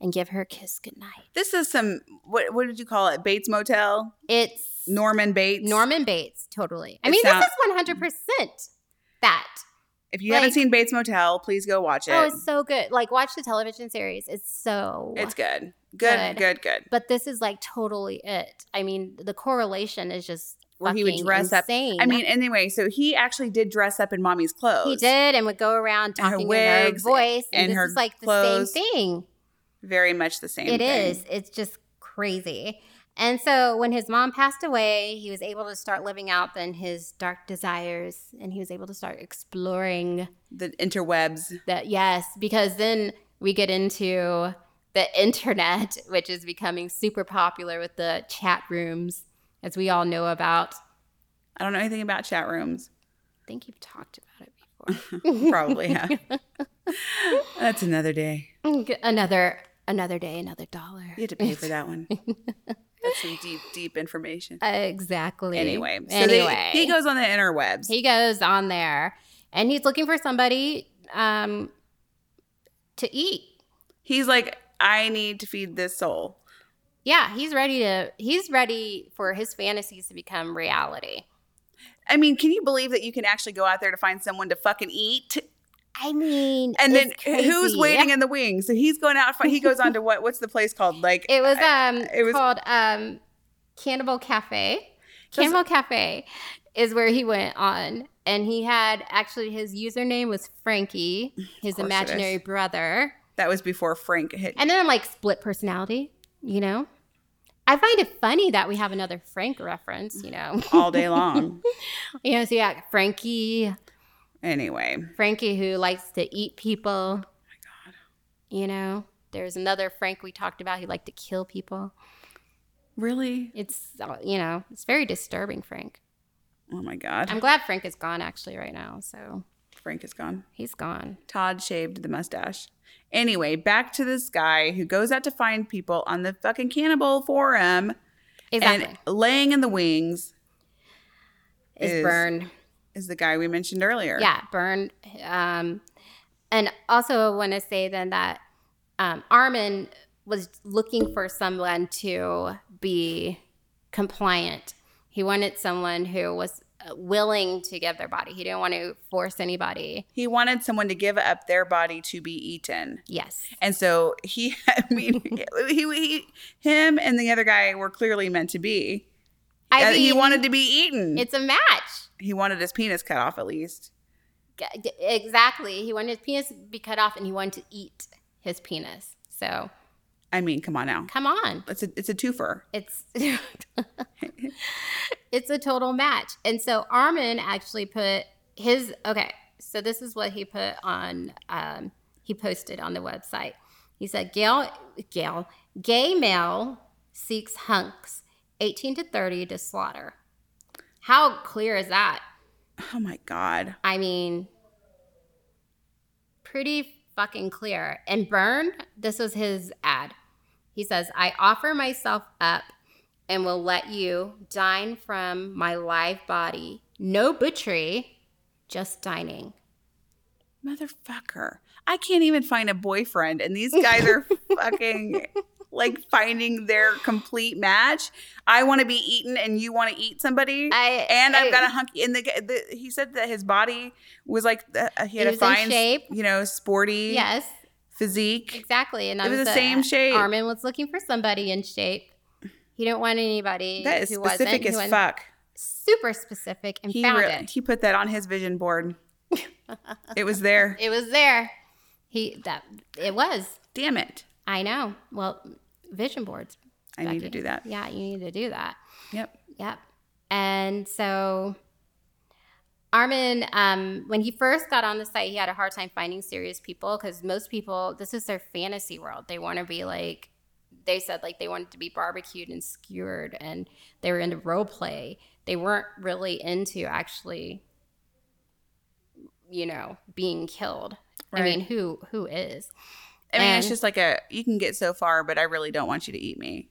B: and give her a kiss goodnight.
C: This is some, what, what did you call it? Bates Motel?
B: It's
C: Norman Bates?
B: Norman Bates, totally. I
C: It
B: mean,
C: sound-
B: this is 100% that.
C: If you haven't
B: like-
C: seen Bates Motel, please go watch it.
B: Oh, it's so good. Like, watch the television series. It's so.
C: it's good. Good, good, good.
B: but this is like totally it. I mean, the correlation is just
C: Where he would
B: fucking
C: dress up-
B: insane.
C: I mean, anyway, so he actually did dress up in mommy's clothes.
B: he did, and would go around
C: And her
B: talking in her
C: wigs
B: voice,
C: and
B: and,
C: her
B: this is like the
C: clothes.
B: same thing.
C: Very much the same
B: It
C: thing.
B: is. It's just crazy. And so when his mom passed away, he was able to start living out then his dark desires, and he was able to start exploring
C: The interwebs.
B: that. Yes, because then we get into the internet, which is becoming super popular with the chat rooms, as we all know about.
C: I don't know anything about chat rooms.
B: I think you've talked about it before.
C: Probably have. That's another day.
B: another another day, another dollar.
C: You had to pay for that one. That's some deep, deep information.
B: exactly.
C: Anyway, so they-
B: anyway,
C: he goes on the interwebs.
B: He goes on there, and he's looking for somebody um to eat.
C: He's like, I need to feed this soul.
B: Yeah, he's ready to. He's ready for his fantasies to become reality.
C: I mean, can you believe that you can actually go out there to find someone to fucking eat?
B: I mean,
C: And then
B: it's
C: who's
B: crazy.
C: waiting in the wings? So he's going out. He goes on to what? What's the place called? Like
B: It was um
C: it was-
B: called um Cannibal Cafe.
C: Does-
B: Cannibal Cafe is where he went on and he had actually his username was Frankie, his
C: course it
B: imaginary
C: is.
B: brother.
C: that was before Frank hit.
B: And then I'm like split personality, you know? I find it funny that we have another Frank reference, you know.
C: all day long.
B: you know, so yeah, Frankie,
C: anyway,
B: Frankie who likes to eat people. Oh my god. You know, there's another Frank we talked about who liked to kill people.
C: really?
B: It's uh, you know, it's very disturbing, Frank.
C: Oh my God,
B: I'm glad Frank is gone actually right now. So
C: Frank is gone.
B: he's gone.
C: Todd shaved the mustache. Anyway, back to this guy who goes out to find people on the fucking cannibal forum
B: Exactly.
C: and laying in the wings
B: Is,
C: is-
B: Burn.
C: is the guy we mentioned earlier.
B: Yeah, Burn. Um, and also want to say then that um, Armin was looking for someone to be compliant. He wanted someone who was uh, willing to give their body. He didn't want to force anybody.
C: He wanted someone to give up their body to be eaten.
B: Yes.
C: And so he, I mean, he, he, him and the other guy were clearly meant to be.
B: I
C: Uh, he
B: mean,
C: wanted to be eaten.
B: It's a match.
C: he wanted his penis cut off at least.
B: G- g- Exactly. He wanted his penis to be cut off and he wanted to eat his penis. So
C: I mean, come on now.
B: come on.
C: It's a, it's a twofer.
B: It's it's a total match. And so Armin actually put his okay. So this is what he put on. Um, he posted on the website. He said, "Gail, Gail, gay male seeks hunks, eighteen to thirty to slaughter." How clear is that?
C: Oh my God.
B: I mean, pretty fucking clear. And Byrne, this was his ad. He says, I offer myself up and will let you dine from my live body. No butchery, just dining.
C: Motherfucker. I can't even find a boyfriend. And these guys are fucking like finding their complete match. I want to be eaten and you want to eat somebody.
B: I
C: and I've got a
B: I-
C: hunk. And the, g- the he said that his body was like the, uh, he
B: He
C: had a
B: was in
C: fine,
B: shape.
C: you know, sporty
B: Yes,
C: physique.
B: exactly. And that
C: It was the same shape.
B: Armin was looking for somebody in shape. He didn't want anybody
C: That is
B: who
C: specific
B: wasn't, who
C: as
B: wasn't-
C: fuck.
B: Super specific and
C: He
B: found
C: re-
B: it.
C: he put that on his vision board. it was there.
B: It was there. He that it was.
C: Damn it!
B: I know. Well, vision boards.
C: I need to
B: Becky.
C: do that.
B: Yeah, you need to do that.
C: Yep.
B: Yep. And so Armin, um, when he first got on the site, he had a hard time finding serious people because most people, this is their fantasy world. They want to be like, they said like they wanted to be barbecued and skewered, and they were into role play. They weren't really into actually, you know, being killed. I
C: Right.
B: mean, who who is?
C: I mean, it's
B: And-
C: just like a you can get so far, but I really don't want you to eat me.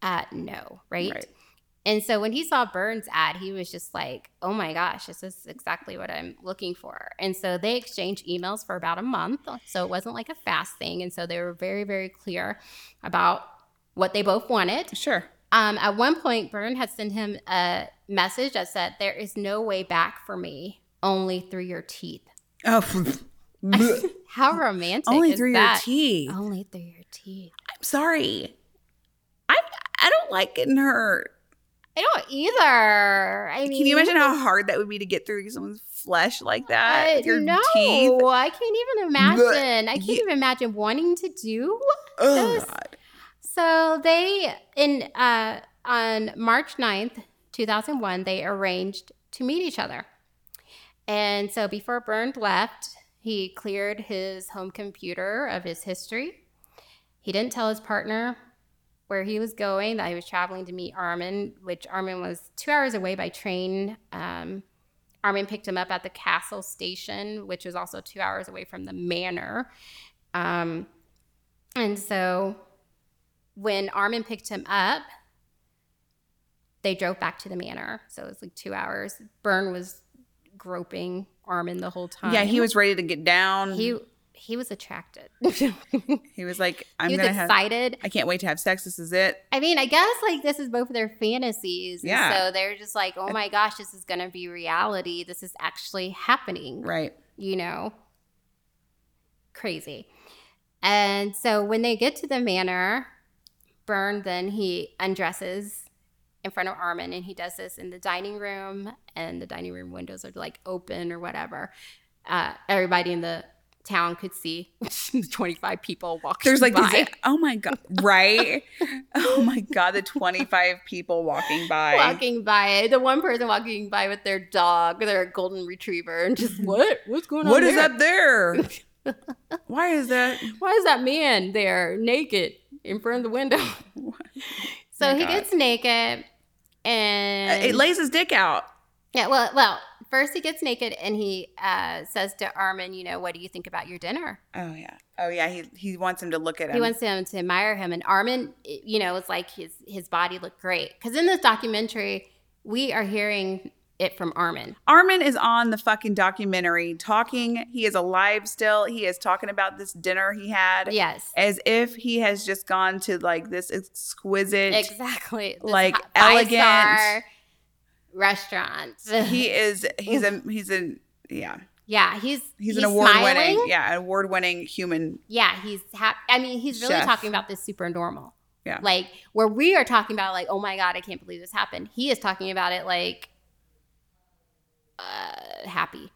B: Uh, no, right? And so when he saw Burns' ad, he was just like, oh my gosh, this is exactly what I'm looking for. And so they exchanged emails for about a month. So it wasn't like a fast thing. And so they were very, very clear about what they both wanted.
C: Sure.
B: Um, at one point, Byrne had sent him a message that said, There is no way back for me, only through your teeth.
C: Oh,
B: How romantic.
C: only
B: is
C: through
B: that? Oh.
C: your teeth.
B: Only through your teeth.
C: I'm sorry. I I don't like getting hurt.
B: I don't either. I mean,
C: Can you imagine how hard that would be to get through someone's flesh like that?
B: I,
C: with your
B: no,
C: teeth.
B: I can't even imagine. I can't
C: Ye-
B: even imagine wanting to do
C: Oh
B: Those-
C: God.
B: So they in uh, on March 9th, 2001, they arranged to meet each other. And so before Byrne left, he cleared his home computer of his history. He didn't tell his partner where he was going, that he was traveling to meet Armin, which Armin was two hours away by train. Um, Armin picked him up at the castle station, which was also two hours away from the manor. Um, and so when Armin picked him up, they drove back to the manor. So it was like two hours. Byrne was groping Armin the whole time.
C: Yeah, he was ready to get down. He,
B: He he was attracted. he was
C: was like, I'm gonna have.
B: excited.
C: I can't wait to have sex. This is it.
B: I mean, I guess like this is both of their fantasies. and
C: Yeah.
B: So they're just like, oh my gosh, this is gonna be reality. This is actually happening.
C: Right.
B: you know, crazy. And so when they get to the manor, Byrne then he undresses in front of Armin and he does this in the dining room, and the dining room windows are like open or whatever. Uh, everybody in the town could see 25 people walking
C: There's like
B: by.
C: these. Oh my God. Right. oh my God. The 25 people walking by.
B: walking by the one person walking by with their dog their golden retriever and just what what's going on
C: What is
B: there?
C: up there? Why is that? Uh,
B: why is that man there naked in front of the window? so
C: Oh My
B: he
C: God. Uh,
B: gets naked and
C: It lays his dick out.
B: yeah, well, well, first he gets naked and he uh, says to Armin, you know, what do you think about your dinner?
C: Oh yeah. Oh yeah. He he wants him to look at him.
B: He wants him to admire him, and Armin, you know, it's like his his body looked great because in this documentary we are hearing it from Armin.
C: Armin is on the fucking documentary talking. He is alive still. He is talking about this dinner he had
B: Yes,
C: as if he has just gone to like this exquisite.
B: exactly. This
C: like,
B: hi- five-star
C: elegant-
B: restaurant.
C: he is. He's a. He's a. Yeah.
B: yeah, he's he's,
C: He's, an award
B: smiling.
C: winning. Yeah. An award winning human.
B: Yeah, he's happy. I mean, he's really
C: Chef.
B: talking about this super normal.
C: Yeah.
B: Like where we are talking about like, oh my god, I can't believe this happened. He is talking about it like uh happy,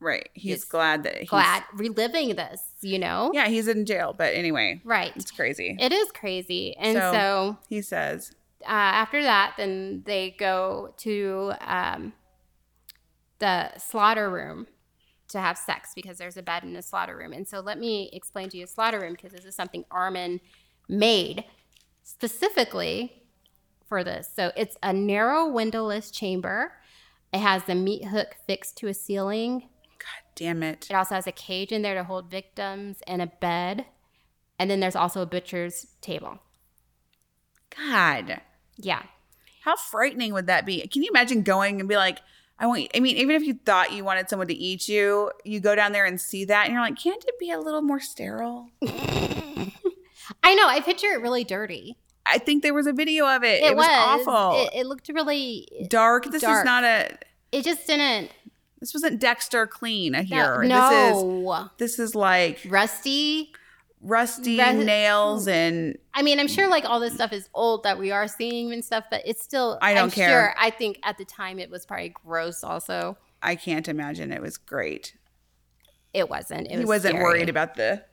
C: Right. He's
B: Yes.
C: glad that he's
B: glad, reliving this, you know?
C: Yeah. He's in jail. But anyway,
B: Right.
C: it's crazy.
B: It is crazy. And
C: So-
B: so
C: he says.
B: uh, after that, then they go to um, the slaughter room to have sex because there's a bed in the slaughter room. And so let me explain to you slaughter room because this is something Armin made specifically for this. So it's a narrow windowless chamber. It has the meat hook fixed to a ceiling.
C: Damn it.
B: It also has a cage in there to hold victims and a bed. And then there's also a butcher's table.
C: God.
B: Yeah.
C: How frightening would that be? Can you imagine going and be like, I want, I mean, even if you thought you wanted someone to eat you, you go down there and see that and you're like, can't it be a little more sterile?
B: I know. I picture it really dirty.
C: I think there was a video of it.
B: It, was,
C: awful.
B: It, it looked really.
C: dark. This is
B: dark.
C: not a,
B: It just didn't.
C: this wasn't Dexter clean I
B: No,
C: hear. This is,
B: no.
C: this is like
B: rusty.
C: rusty
B: Res- Mm.
C: nails and
B: I mean, I'm sure like all this stuff is old that we are seeing and stuff, but it's still.
C: I don't
B: I'm
C: care.
B: Sure, I think at the time it was probably gross. Also,
C: I can't imagine it was great.
B: it wasn't. It
C: he
B: was
C: wasn't
B: scary.
C: worried about the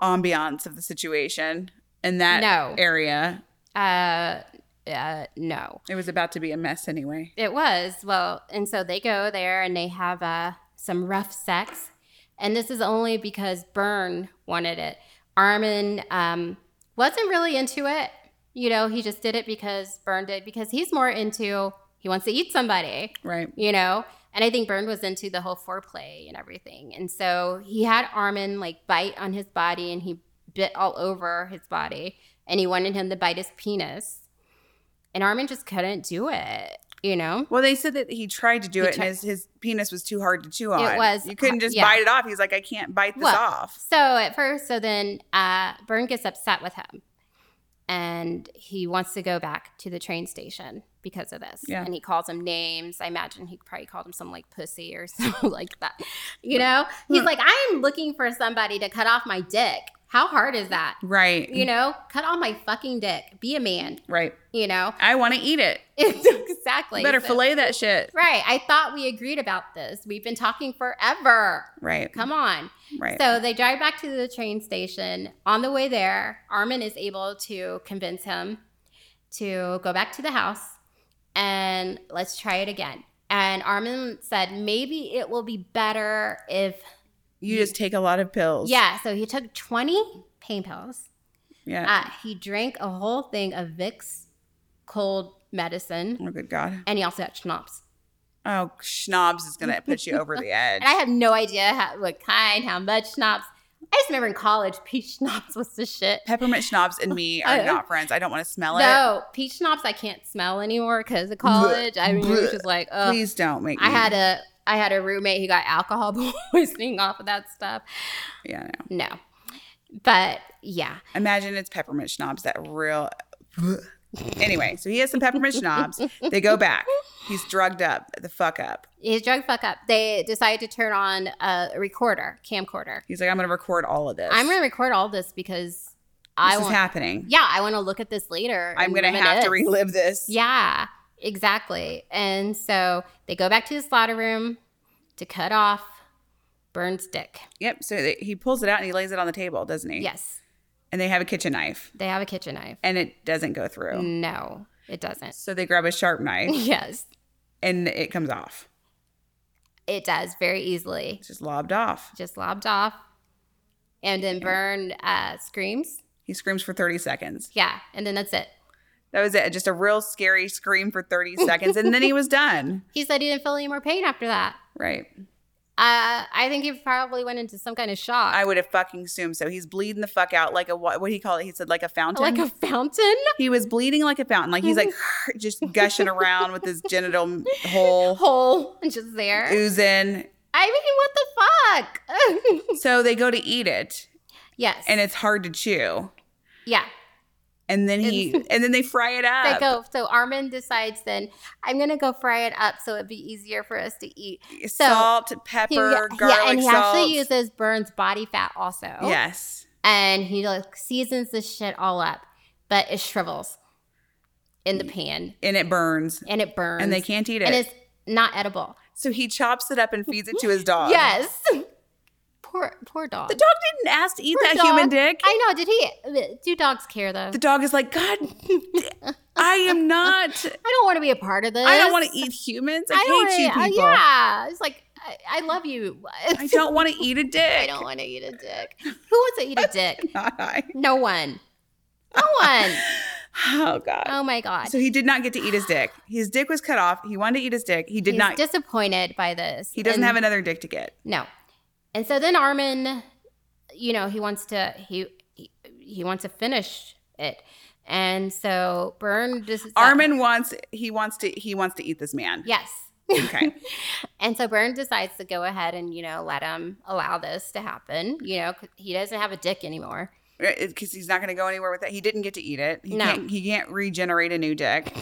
C: ambiance of the situation in that
B: No.
C: area.
B: Uh, uh, no.
C: It was about to be a mess anyway.
B: It was. Well, and so they go there and they have uh, some rough sex. And this is only because Byrne wanted it. Armin um, wasn't really into it. You know, he just did it because Byrne did, because he's more into, he wants to eat somebody,
C: Right.
B: you know? And I think Byrne was into the whole foreplay and everything. And so he had Armin like bite on his body and he bit all over his body. And he wanted him to bite his penis. and Armin just couldn't do it. You know,
C: Well, they said that he tried to do
B: He
C: it,
B: tried-
C: and his, his penis was too hard to chew on.
B: was-
C: You couldn't just
B: yeah.
C: bite it off. He's like, I can't bite this
B: Well,
C: off.
B: So at first, so then uh, Bern gets upset with him, and he wants to go back to the train station because of this.
C: Yeah.
B: And he calls him names. I imagine he probably called him something like pussy or something like that. You know, he's
C: Hmm.
B: like, I am looking for somebody to cut off my dick. How hard is that?
C: Right.
B: You know, cut off my fucking dick. Be a man.
C: right.
B: You know,
C: I want to eat it.
B: exactly.
C: Better
B: So-
C: fillet that shit.
B: Right. I thought we agreed about this. We've been talking forever.
C: Right.
B: Come on.
C: Right.
B: So they drive back to the train station. On the way there, Armin is able to convince him to go back to the house and let's try it again. And Armin said, maybe it will be better if.
C: you just take a lot of pills.
B: Yeah, so he took 20 pain pills.
C: Yeah.
B: Uh, he drank a whole thing of Vicks cold medicine,
C: oh, good God.
B: and he also got schnapps.
C: Oh, schnobs is going to put you over the edge.
B: And I have no idea how, what kind, how much schnapps. I just remember in college, peach schnapps was the shit.
C: Peppermint schnobs and me are
B: Oh.
C: not friends. I don't want to smell it.
B: No, peach schnapps I can't smell anymore because of college. I mean, it was just like, ugh.
C: Please don't make me.
B: I had a I had a roommate who got alcohol poisoning off of that stuff.
C: Yeah, no.
B: No, but yeah,
C: Imagine it's peppermint schnobs, that real. anyway, so he has some peppermint schnobs. They go back. He's drugged up, the fuck up.
B: his drug fuck up. They decided to turn on a recorder, camcorder.
C: He's like, I'm going to record all of this.
B: I'm gonna record all this because
C: This
B: I
C: is
B: want.
C: happening.
B: yeah, I want to look at this later. and
C: I'm gonna have to
B: reminisce.
C: relive this.
B: Yeah, exactly. And so they go back to the slaughter room to cut off Burns' dick.
C: Yep. So they, he pulls it out and he lays it on the table, doesn't he?
B: Yes,
C: And they have a kitchen knife,
B: they have a kitchen knife.
C: and it doesn't go through.
B: Mm. No, it doesn't.
C: So they grab a sharp knife,
B: yes,
C: and it comes off.
B: it does very easily.
C: It's just lobbed off.
B: Just lobbed off. And then Burn uh, screams.
C: He screams for 30 seconds.
B: Yeah, and then that's it.
C: That was it. Just a real scary scream for 30 seconds, and then he was done.
B: He said he didn't feel any more pain after that.
C: Right.
B: Uh, I think he probably went into some kind of shock.
C: I would have fucking assumed so. He's bleeding the fuck out like a what? What do he call it? He said like a fountain.
B: like a fountain.
C: he was bleeding like a fountain. Like he's like just gushing around with his genital hole
B: Hole and just there.
C: oozing.
B: I mean, what the fuck?
C: So they go to eat it,
B: yes.
C: and it's hard to chew.
B: yeah.
C: and then he and then they fry it up.
B: They go. So Armin decides then, I'm going to go fry it up so it'd be easier for us to eat. so-
C: salt, pepper,
B: He-
C: garlic
B: and he
C: salt.
B: actually uses Burns' body fat also.
C: yes,
B: And he like seasons this shit all up, but it shrivels in the pan
C: and it burns,
B: and it burns.
C: and they can't eat
B: And
C: it.
B: it's not edible.
C: So he chops it up and feeds it to his dog.
B: Yes. poor poor dog.
C: the dog didn't ask to eat
B: Poor
C: that
B: dog.
C: human dick.
B: I know. Did he? Do dogs care though?
C: the dog is like, God, I am not.
B: I don't want to be a part of this.
C: I don't want to eat humans. I,
B: don't
C: hate you
B: wanna- uh,
C: people.
B: yeah, it's like I, I love you.
C: I don't want to eat a dick.
B: I don't want to eat a dick. Who wants to eat a dick?
C: Not I.
B: No one. No one.
C: Oh God.
B: Oh my god.
C: So he did not get to eat his dick. His dick was cut off. He wanted to eat his dick. He did
B: He's
C: not.
B: disappointed by this.
C: he doesn't
B: And-
C: have another dick to get.
B: No. And so then Armin, you know, he wants to he he, he wants to finish it. And so Bern just
C: Armin wants he wants to he wants to eat this man.
B: Yes.
C: Okay.
B: And so Bern decides to go ahead and, you know, let him allow this to happen. You know, 'cause he doesn't have a dick anymore.
C: Because Uh, he's not going to go anywhere with it. He didn't get to eat it. He
B: No.
C: can't he can't regenerate a new dick.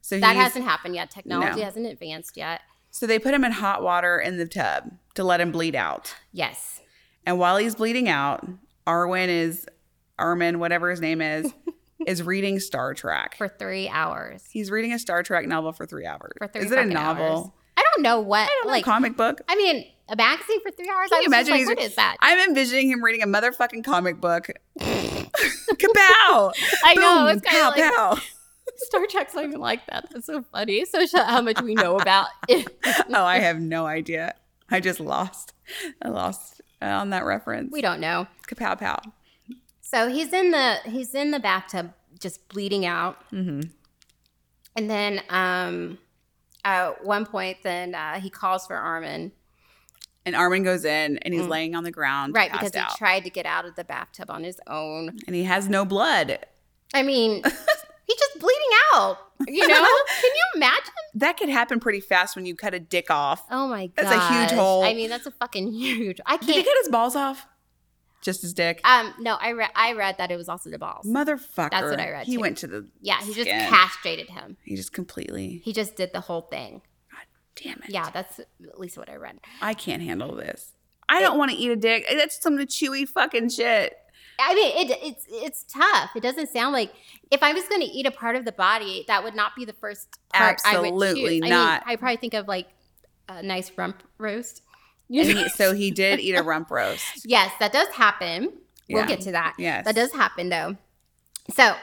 C: So
B: That
C: he's-
B: hasn't happened yet. Technology
C: No.
B: hasn't advanced yet.
C: so they put him in hot water in the tub to let him bleed out.
B: Yes.
C: And while he's bleeding out, Arwen is Armin, whatever his name is, is reading Star Trek.
B: For three hours.
C: he's reading a Star Trek novel for three hours.
B: For three
C: is it a
B: fucking
C: novel?
B: hours. I don't know what
C: I don't know,
B: like
C: comic book.
B: I mean, a magazine for three hours.
C: Can
B: I
C: you
B: was
C: imagine
B: just like, what
C: he's-
B: is that?
C: I'm envisioning him reading a motherfucking comic book. Kapow!
B: I know
C: Boom,
B: it's kind of like
C: pow,
B: Star Trek's not even like that. That's so funny. So show how much we know about it.
C: pow. oh, I have no idea. I just lost. I lost uh, on that reference.
B: We don't know.
C: Kapow pow.
B: So he's in the he's in the bathtub, just bleeding out,
C: Mm-hmm.
B: and then um, at one point, then uh, he calls for Armin,
C: And Armin goes in and he's
B: Mm.
C: laying on the ground,
B: right?
C: passed
B: Because he
C: out.
B: tried to get out of the bathtub on his own.
C: and he has no blood.
B: I mean, He's just bleeding out. You know? Can you imagine?
C: That could happen pretty fast when you cut a dick off.
B: Oh my god.
C: That's a huge hole.
B: I mean, that's a fucking huge. I
C: Did he
B: can't.
C: cut his balls off? Just his dick.
B: Um, no, I read. I read that it was also the balls.
C: Motherfucker.
B: That's what I read,
C: He
B: too.
C: went to the.
B: Yeah, he just
C: Skin.
B: castrated him.
C: He just completely.
B: He just did the whole thing.
C: Damn it.
B: Yeah, that's at least what I read.
C: I can't handle this. I don't want to eat a dick. That's some chewy fucking shit.
B: I mean, it, it's it's tough. It doesn't sound like if I was going to eat a part of the body, that would not be the first part. I would
C: Absolutely
B: choose.
C: not.
B: I, mean, I probably think of like a nice rump roast.
C: And he- so he did eat a rump roast.
B: yes, that does happen.
C: Yeah.
B: We'll get to that.
C: Yes.
B: That does happen though. So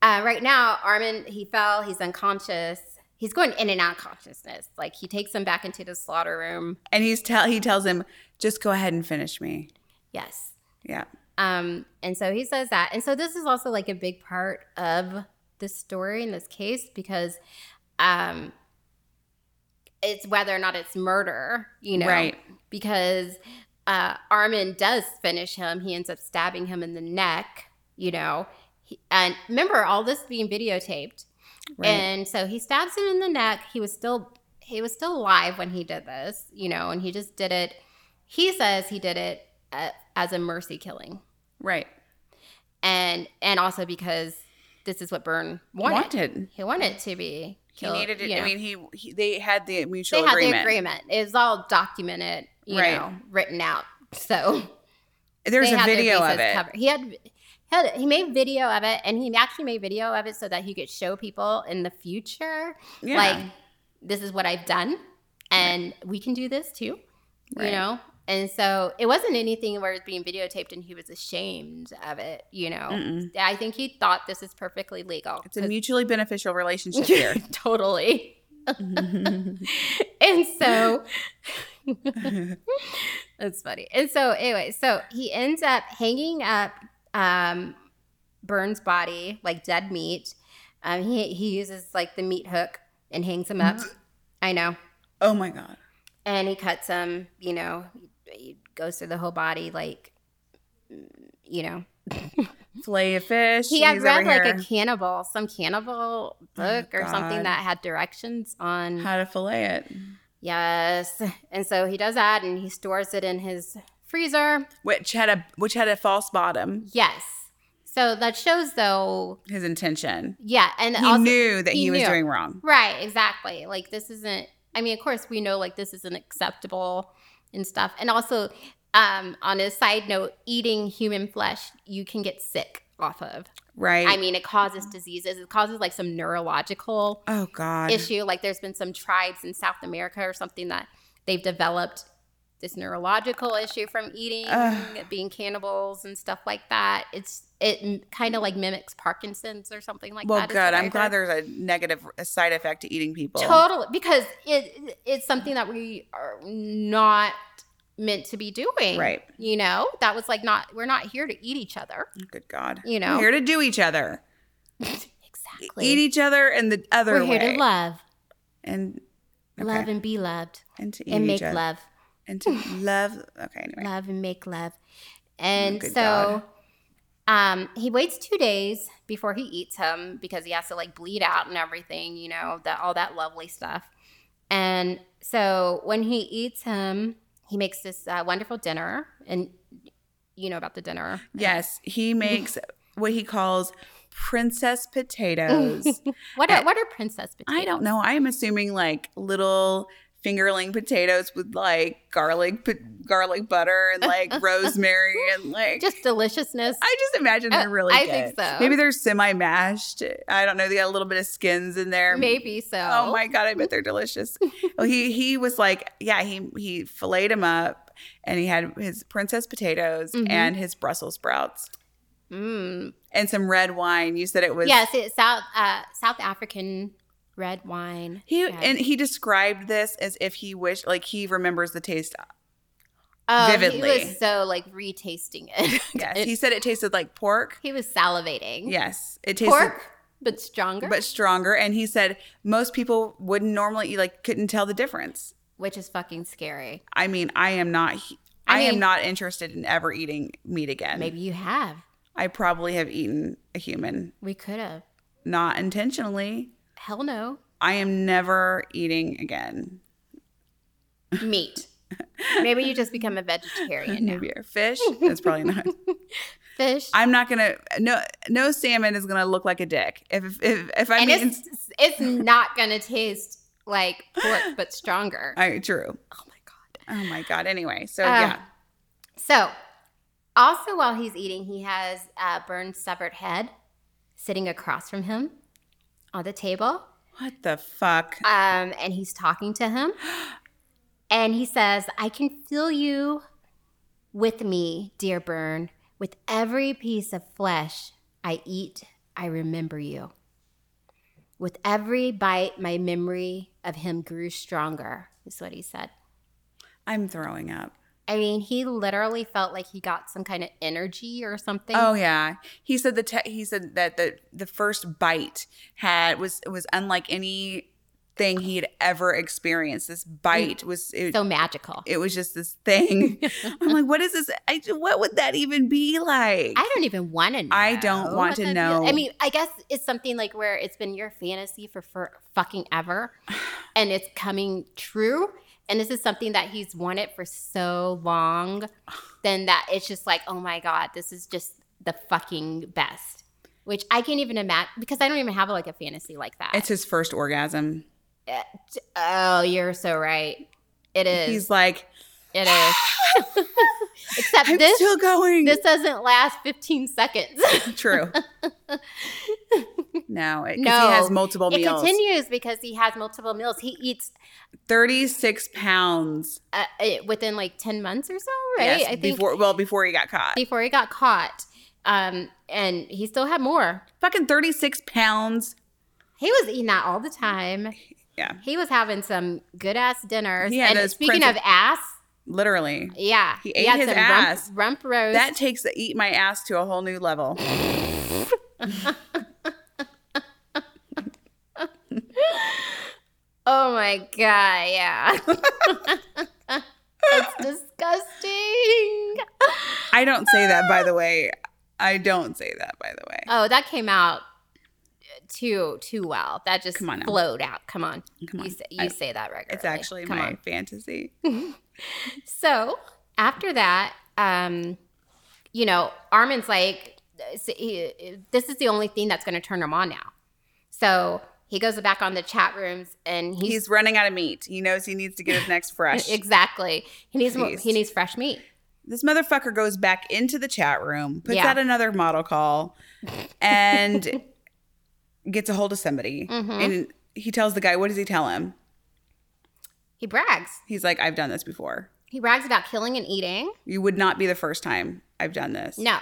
B: uh, right now, Armin he fell. He's unconscious. He's going in and out of consciousness. Like he takes him back into the slaughter room.
C: And he's tell he tells him, just go ahead and finish me.
B: Yes.
C: Yeah.
B: Um, and so he says that. And so this is also like a big part of this story in this case because um it's whether or not it's murder, you know.
C: Right.
B: Because uh Armin does finish him. He ends up stabbing him in the neck, you know. He, and remember all this being videotaped.
C: Right.
B: And so he stabs him in the neck. He was still he was still alive when he did this, you know, and he just did it. He says he did it uh, as a mercy killing,
C: right.
B: and and also because this is what Byrne wanted.
C: Wanted.
B: He wanted to be
C: He
B: killed.
C: needed it.
B: you know.
C: I mean, he, he they had the mutual
B: they had
C: agreement.
B: the agreement. It was all documented, you
C: Right.
B: know, written out. So
C: There's
B: they
C: a
B: had their
C: video of
B: bases
C: it.
B: covered. He had, he had he made video of it, and he actually made video of it so that he could show people in the future
C: Yeah.
B: like this is what I've done and we can do this too.
C: Right.
B: You know? And so it wasn't anything where it's being videotaped and he was ashamed of it, you know.
C: Mm-mm.
B: I think he thought this is perfectly legal.
C: Mm. it's a mutually beneficial relationship here.
B: totally. And so that's funny. And so anyway, so he ends up hanging up um Burns' body like dead meat. Um he he uses like the meat hook and hangs him up.
C: Mm-hmm.
B: I know.
C: oh my god.
B: and he cuts him you know he goes through the whole body like you know
C: Fillet of fish.
B: he had
C: he's
B: read
C: over
B: like
C: here. Oh
B: a cannibal some cannibal book or something
C: God.
B: that had directions on
C: how to fillet it.
B: yes and so he does that and he stores it in his freezer
C: Which had a which had a false bottom.
B: yes so that shows though
C: His intention.
B: yeah and
C: He
B: also
C: knew that he,
B: he
C: was
B: knew.
C: doing wrong.
B: right exactly like this isn't i mean of course we know like this isn't acceptable and stuff and also um on a side note eating human flesh you can get sick off of
C: Right.
B: I mean, it causes diseases. It causes like some neurological
C: oh god.
B: issue. Like there's been some tribes in South America or something that they've developed this neurological issue from eating,
C: Ugh.
B: being cannibals and stuff like that. It's it kind of like mimics Parkinson's or something like
C: well,
B: that. is
C: good.
B: what I
C: I'm glad
B: heard.
C: there's a negative a side effect to eating people.
B: totally because it it's something that we are not meant to be doing.
C: Right.
B: You know, that was like not we're not here to eat each other.
C: Good God.
B: You know.
C: We're here to do each other.
B: Exactly.
C: Eat each other and the other
B: we're
C: way.
B: here to love,
C: And okay.
B: love and be loved,
C: and to eat
B: and
C: each
B: make
C: other.
B: love,
C: and to love. Okay, anyway.
B: love and make love. And
C: good
B: so um he waits 2 days before he eats him because he has to like bleed out and everything, you know, that all that lovely stuff. And so when he eats him, he makes this uh, wonderful dinner and you know about the dinner.
C: Yes, he makes what he calls princess potatoes.
B: What are, what are princess potatoes?
C: I don't know. I'm assuming like little fingerling potatoes with like garlic, p- garlic butter and like rosemary and like.
B: Just deliciousness.
C: I just imagine
B: Uh,
C: they're really
B: I
C: good.
B: think so.
C: Maybe they're semi mashed. I don't know. They got a little bit of skins in there.
B: Maybe so.
C: Oh my god, I bet they're delicious. well, he he was like, yeah, he he filleted him up, and he had his princess potatoes
B: Mhm.
C: and his Brussels sprouts
B: Mm,
C: and some red wine. You said it was
B: yes, it's South uh, South African red wine.
C: He
B: Yeah.
C: and he described this as if he wished, like he remembers the taste.
B: oh, He
C: vividly.
B: was so like retasting it.
C: Yes,
B: It-
C: he said it tasted like pork.
B: he was salivating.
C: Yes, it tasted
B: pork, but stronger,
C: but stronger. And he said most people wouldn't normally eat, like couldn't tell the difference.
B: which is fucking scary.
C: I mean, I am not. he-
B: I
C: I, am
B: mean-
C: not interested in ever eating meat again.
B: Maybe you have.
C: I probably have eaten a human.
B: We could have.
C: not intentionally,
B: Hell no.
C: I am never eating again.
B: Meat. Maybe you just become a vegetarian now.
C: Maybe or fish. It's probably not.
B: Fish.
C: I'm not gonna. No, no salmon is gonna look like a dick. If if if I
B: and
C: mean,
B: it's it's not gonna taste like pork, but stronger.
C: all right, true.
B: oh my god.
C: Oh my god. Anyway, so
B: Uh,
C: yeah,
B: So, also while he's eating, he has a burned, severed head sitting across from him on the table,
C: what the fuck?
B: um, and he's talking to him, and he says, "I can feel you with me, dear burn. With every piece of flesh I eat, I remember you." With every bite, my memory of him grew stronger, is what he said.
C: I'm throwing up.
B: I mean, he literally felt like he got some kind of energy or something.
C: Oh yeah, he said the te- he said that the the first bite had was was unlike any thing he had ever experienced. This bite was it,
B: so magical.
C: it was just this thing. I'm like, what is this? I, what would that even be like?
B: I don't even want to know.
C: I don't want
B: what
C: to
B: that
C: know.
B: feel- Oh, I mean, I guess it's something like where it's been your fantasy for, for fucking ever and it's coming true. And this is something that he's wanted for so long, then that it's just like, oh my God, this is just the fucking best. Which I can't even imagine because I don't even have like a fantasy like that.
C: it's his first orgasm.
B: oh, you're so right. It is.
C: He's like,
B: It is. Except
C: I'm
B: this
C: still going.
B: this doesn't last 15 seconds.
C: True. no, it, 'cause
B: No.
C: he has multiple
B: it
C: meals.
B: continues because he has multiple meals. He eats
C: Thirty-six pounds.
B: uh, uh, within like 10 months or so, right?
C: Yes,
B: I think before,
C: before well before he got caught.
B: he got caught. Um, and he still had more.
C: Fucking thirty-six pounds.
B: He was eating that all the time.
C: Yeah.
B: He was having some good ass dinners.
C: He had
B: and
C: those
B: speaking
C: printed-
B: of ass,
C: Literally.
B: yeah.
C: He ate his ass.
B: Rump, rump roast.
C: That takes the eat my ass to a whole new level.
B: oh my God. Yeah. it's disgusting.
C: I don't say that by the way. I don't say that by the way.
B: Oh, that came out uh, too too well. That just
C: Come on now.
B: flowed out. Come on,
C: Come on.
B: you say, you say that regularly.
C: It's actually
B: Come
C: my
B: on.
C: fantasy.
B: So after that, um, you know, Armin's like, s- he- this is the only thing that's going to turn him on now. So he goes back on the chat rooms and he's,
C: He's running out of meat. He knows he needs to get his next fresh.
B: exactly he needs more,
C: Feast.
B: he needs fresh meat.
C: this motherfucker goes back into the chat room, puts
B: Yeah.
C: out another model call, and gets a hold of somebody.
B: Mhm.
C: And he tells the guy, what does he tell him?
B: He brags.
C: He's like, I've done this before.
B: He brags about killing and eating.
C: You would not be the first time I've done this.
B: No.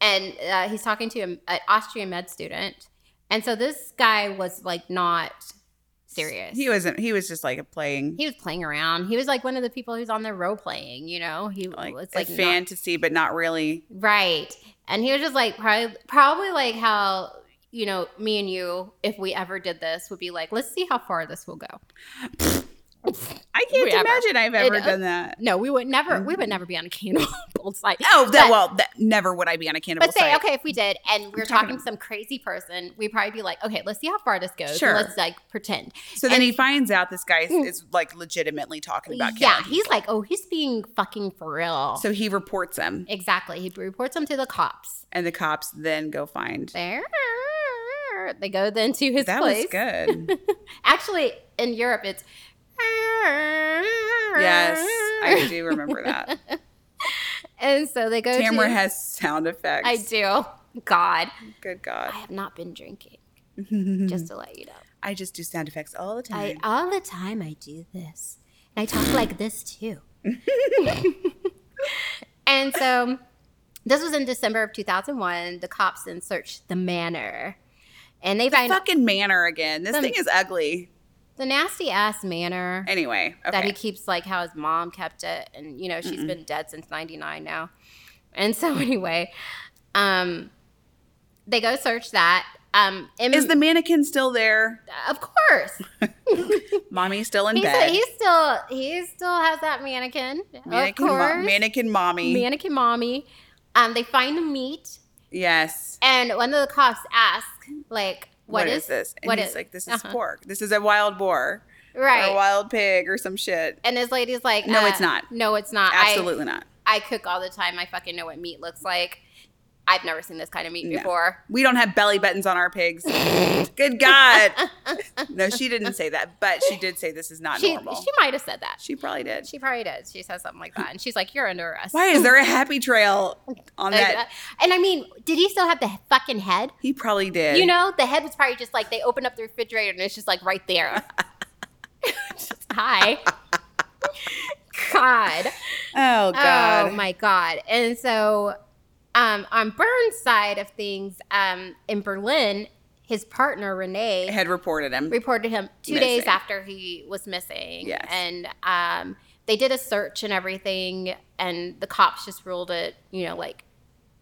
B: And uh, he's talking to an an Austrian med student. And so this guy was like not serious.
C: He wasn't he was just like playing
B: He was playing around. He was like one of the people who's on their role playing, you know? He
C: like,
B: was
C: a
B: like not-
C: fantasy, but not really.
B: right. And he was just like probably probably like how you know, me and you, if we ever did this, would be like, let's see how far this will go.
C: I can't
B: We ever.
C: imagine I've ever
B: It- uh,
C: done that.
B: No, we would never, we would never be on a cannibal site.
C: Mm-hmm. Oh, that
B: But-
C: well, that, never would I be on a cannibal
B: But say,
C: site.
B: okay, if we did, and we are
C: talking
B: talking to some crazy person, we'd probably be like, okay, let's see how far this goes. and
C: Sure.
B: Let's like pretend.
C: So then
B: and- Hmm.
C: he finds out this guy is, is like legitimately talking about
B: yeah,
C: killing
B: he's like, oh, he's being fucking for real.
C: people. So he reports him,
B: exactly. He reports them to the cops.
C: and the cops then go find.
B: There. They go then to his
C: That
B: place.
C: was good.
B: Actually, in Europe, it's.
C: yes, I do remember that.
B: And so they go
C: Tamara
B: to.
C: has sound effects.
B: I do. God,
C: Good
B: I
C: God.
B: have not been drinking.
C: Mm-hmm.
B: Just to let you know.
C: I just do sound effects all the
B: I
C: time.
B: all the time I do this. And I talk like this too. and so this was in December of 2001. The cops then searched the manor. And they find
C: Fucking manor again. This
B: Some-
C: thing is ugly.
B: the nasty ass manor
C: Anyway,
B: that he
C: Eh, okay.
B: keeps like how his mom kept it and you know she's been dead since 99 now and so anyway um they go search that um and-
C: is the mannequin still there?
B: of course
C: Mommy still in
B: he's,
C: bed.
B: he's still he still has that mannequin
C: mannequin,
B: of
C: mo-
B: course
C: mannequin mommy.
B: mannequin mommy. Um, they find the meat,
C: yes.
B: and one of the cops asks, like,
C: what is, this? And
B: what
C: he's
B: is-
C: like, this is
B: uh-huh.
C: pork. This is a wild boar or a
B: right?
C: wild pig or some shit.
B: And his lady's like,
C: No,
B: uh,
C: it's not.
B: No, it's not. I,
C: Absolutely not.
B: I cook all the time. I fucking know what meat looks like. I've never seen this kind of meat
C: No.
B: before.
C: We don't have belly buttons on our pigs. Good God. no, she didn't say that, but she did say this is not
B: she
C: normal.
B: she might have said that.
C: She probably did.
B: She probably did. She says something like that, and she's like, "You're under arrest."
C: Why is there a happy trail on
B: Like
C: that?
B: that. And I mean, did he still have the fucking head?
C: He probably did.
B: You know, the head was probably just like they opened up the refrigerator and it's just like right there. Just, Hi. God.
C: Oh God.
B: Oh my God. And so um, on Burns' side of things, um, in Berlin, his partner, Renee,
C: had reported him.
B: reported him two days
C: Missing.
B: after he was missing.
C: Yes.
B: And um, they did a search and everything, and the cops just ruled it, you know, like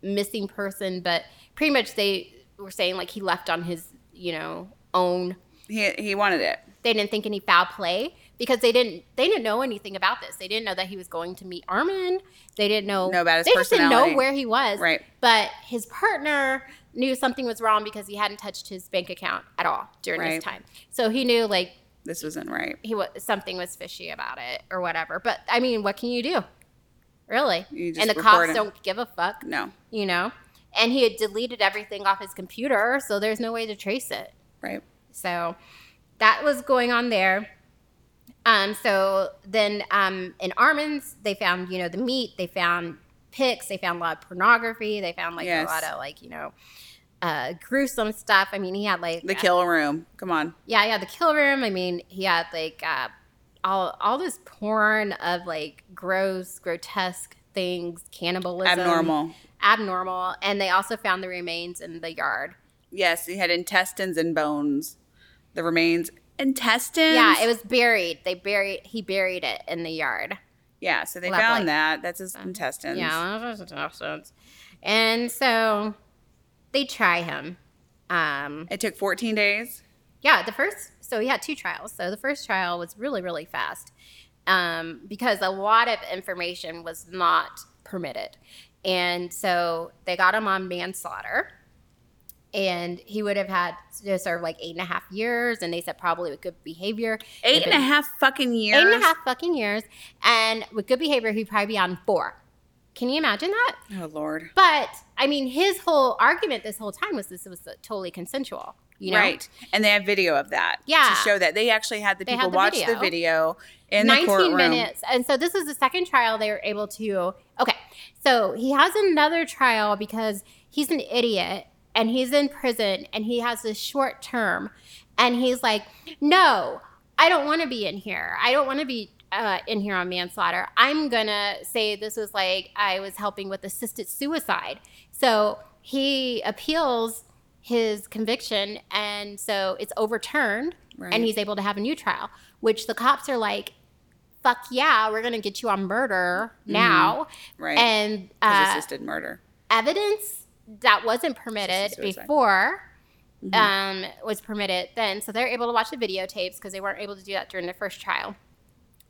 B: missing person. But pretty much they were saying like he left on his, you know, own.
C: He he wanted it.
B: They didn't think any foul play because they didn't they didn't know anything about this. They didn't know that he was going to meet Armin. They didn't know
C: Know about his
B: They just didn't know
C: personality.
B: where he was.
C: Right.
B: But his partner knew something was wrong because he hadn't touched his bank account at all during
C: Right.
B: this time. So he knew like
C: This wasn't right.
B: he was something was fishy about it or whatever. But I mean, what can you do? Really?
C: You just
B: and the cops
C: report him.
B: don't give a fuck,
C: No.
B: you know? And he had deleted everything off his computer, so there's no way to trace it.
C: Right.
B: So that was going on there. Um, so then um, in Armin's, they found, you know, the meat, they found pics, they found a lot of pornography, they found like
C: Yes.
B: a lot of like, you know, uh, gruesome stuff. I mean, he had like
C: The kill room. Come on.
B: yeah, yeah, the kill room. I mean, he had like uh, all all this porn of like gross, grotesque things, cannibalism,
C: Abnormal.
B: abnormal, and they also found the remains in the yard.
C: Yes, he had intestines and bones. The remains. Intestines.
B: Yeah, it was buried. They buried. He buried it in the yard.
C: Yeah. So they
B: Lovely.
C: found that. That's his intestines.
B: Yeah, that doesn't make sense. And so they try him. Um,
C: It took 14 days.
B: Yeah, the first so he had two trials. So the first trial was really really fast um, because a lot of information was not permitted, and so they got him on manslaughter, and he would have had to serve like eight and a half years, and they said probably with good behavior,
C: Eight and a half fucking years.
B: eight and a half fucking years, and with good behavior he'd probably be on four. Can you imagine that?
C: Oh Lord.
B: But I mean, his whole argument this whole time was this was totally consensual. You know?
C: Right. And they have video of that.
B: Yeah.
C: To show that they actually had the
B: They
C: people
B: had the
C: watch
B: video.
C: the video in the courtroom.
B: minutes. And so this is the second trial they were able to. Okay. So he has another trial because he's an idiot and he's in prison and he has this short term. And he's like, no, I don't want to be in here. I don't want to be. Uh, in here on manslaughter, I'm gonna say this was like I was helping with assisted suicide. So he appeals his conviction, and so it's overturned,
C: Right.
B: and he's able to have a new trial. Which the cops are like, "Fuck yeah, we're gonna get you on murder now."
C: Mm-hmm. Right.
B: And
C: It was
B: uh,
C: assisted murder.
B: evidence that wasn't permitted
C: Assisted suicide. Mm-hmm.
B: before um, was permitted then. So they're able to watch the videotapes because they weren't able to do that during the first trial.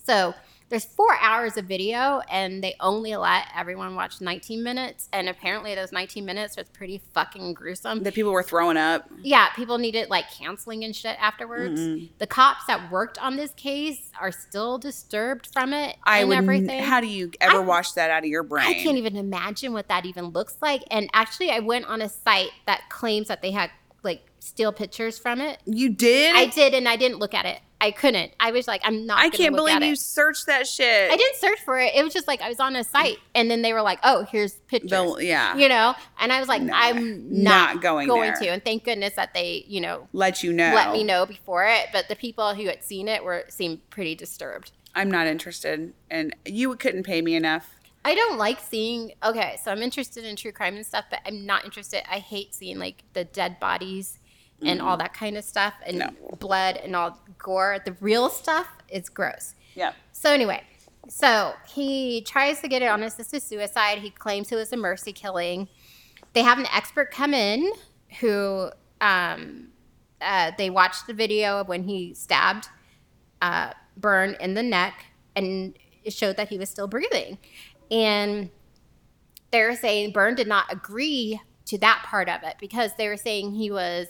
B: So there's four hours of video, and they only let everyone watch 19 minutes. And apparently, those 19 minutes was pretty fucking gruesome.
C: The people were throwing up.
B: Yeah, people needed like counseling and shit afterwards.
C: Mm-hmm.
B: The cops that worked on this case are still disturbed from it
C: I
B: and
C: would. n-
B: everything.
C: How do you ever
B: I-
C: wash that out of your brain?
B: I can't even imagine what that even looks like. And actually, I went on a site that claims that they had like still pictures from it.
C: You did.
B: I did, and I didn't look at it. I couldn't. I was like, I'm not.
C: I
B: gonna
C: can't
B: look
C: believe
B: at
C: you
B: it.
C: searched that shit.
B: I didn't search for it. It was just like I was on a site, and then they were like, "Oh, here's pictures."
C: The, yeah.
B: you know, and I was like,
C: No,
B: I'm
C: not
B: not,
C: going there.
B: to. And thank goodness that they, you know,
C: Let you know.
B: let me know before it. But the people who had seen it were seemed pretty disturbed.
C: I'm not interested, and you couldn't pay me enough.
B: I don't like seeing. Okay, so I'm interested in true crime and stuff, but I'm not interested. I hate seeing like the dead bodies and all that kind of stuff and
C: No.
B: blood and all gore. The real stuff is gross.
C: Yeah.
B: So anyway, so he tries to get it on assisted suicide. He claims it was a mercy killing. They have an expert come in who um, uh, they watched the video of when he stabbed uh, Burn in the neck, and it showed that he was still breathing. And they were saying Byrne did not agree to that part of it because they were saying he was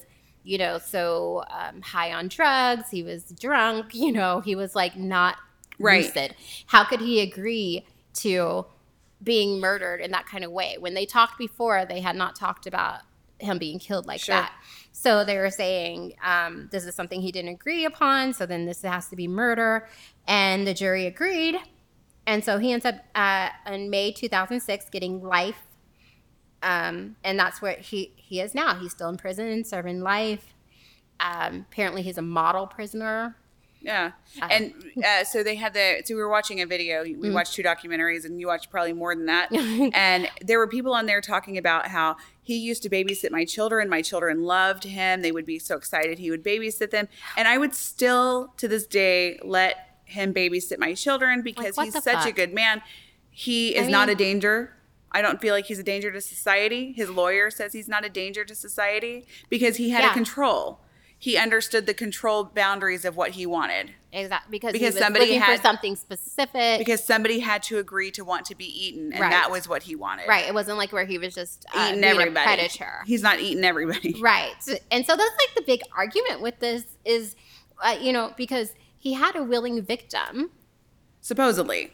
B: you know, so um, high on drugs. He was drunk. You know, he was like not
C: Right.
B: lucid. How could he agree to being murdered in that kind of way? When they talked before, they had not talked about him being killed like
C: Sure.
B: that. So they were saying um, this is something he didn't agree upon. So then this has to be murder, and the jury agreed. And so he ends up uh, in May 2006 getting life, um, and that's where he he is now. He's still in prison and serving life. Um, apparently, he's a model prisoner.
C: Yeah.
B: Uh,
C: And uh, so they had the, so we were watching a video. We
B: Mm-hmm.
C: watched two documentaries, and you watched probably more than that. and there were people on there talking about how he used to babysit my children. My children loved him. They would be so excited he would babysit them. And I would still, to this day, let him babysit my children because
B: what
C: he's
B: the
C: such a
B: fuck?
C: good man. He is
B: I
C: not a
B: mean-
C: danger. I don't feel like he's a danger to society. His lawyer says he's not a danger to society because he had a
B: Yeah.
C: control. He understood the control boundaries of what he wanted.
B: Exactly, because, he
C: Because
B: was
C: somebody
B: looking
C: had-
B: for something specific.
C: because somebody had to agree to want to be eaten, and
B: Right.
C: that was what he wanted.
B: right, it wasn't like where he was just uh,
C: eating
B: being
C: everybody.
B: a predator.
C: He's not eating everybody.
B: Right. And so that's like the big argument with this is, uh, you know, because he had a willing victim.
C: Supposedly,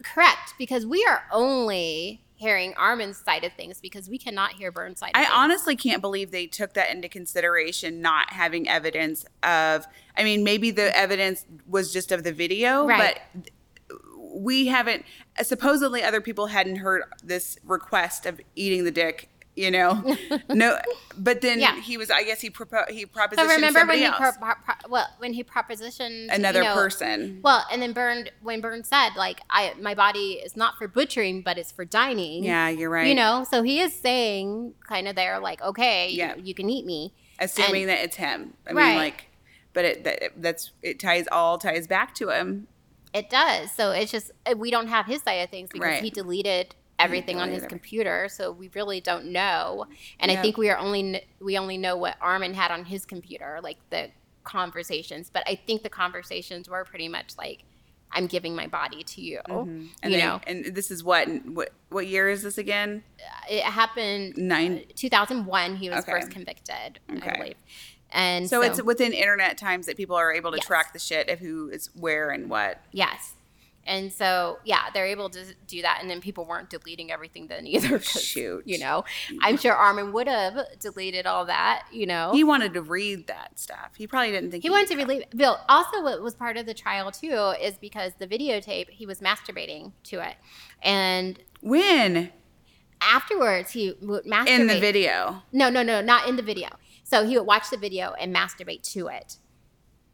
B: Correct. Because we are only hearing Armin's side of things because we cannot hear Byrne's side of
C: I
B: things.
C: honestly can't believe they took that into consideration. Not having evidence of, I mean, maybe the evidence was just of the video,
B: Right.
C: but th- we haven't. Supposedly, other people hadn't heard this request of eating the dick. You know, no, but then
B: Yeah.
C: he was. I guess he propo- he propositioned
B: but remember when
C: somebody
B: he,
C: else,
B: pro- pro- pro- well, when he propositioned you
C: another
B: know,
C: person.
B: Well, and then Byrne, when Byrne said, like, I my body is not for butchering, but it's for dining.
C: Yeah, you're right.
B: You know, so he is saying kind of there, like, okay,
C: Yeah.
B: you, you can eat me.
C: assuming
B: And-
C: that it's him. I mean,
B: Right.
C: like, but it that, that's it ties all ties back to him.
B: It does. So it's just uh, we don't have his side of things because
C: Right.
B: he deleted everything on his
C: deleted everything.
B: computer, so we really don't know. And
C: Yeah.
B: I think we are only kn- we only know what Armin had on his computer, like the conversations. But I think the conversations were pretty much like, "I'm giving my body to you."
C: Mm-hmm. And
B: you
C: then-
B: know,
C: and this is what what what year is this again?
B: it happened uh,
C: Nine.
B: 2001. He was
C: Okay.
B: first convicted,
C: Okay.
B: I believe. And
C: So, it's within internet times that people are able to
B: Yes.
C: track the shit of who is where and what.
B: Yes. And so, yeah, they're able to do that. And then people weren't deleting everything then either. 'cause,
C: Shoot.
B: You know, I'm sure Armin would have deleted all that, you know.
C: He wanted to read that stuff. He probably didn't think
B: Oh. He wanted to relieve Bill. Also, what was part of the trial too is because the videotape he was masturbating to it, and
C: when
B: afterwards he would masturbate.
C: in the video.
B: No, no, no, not in the video. So he would watch the video and masturbate to it.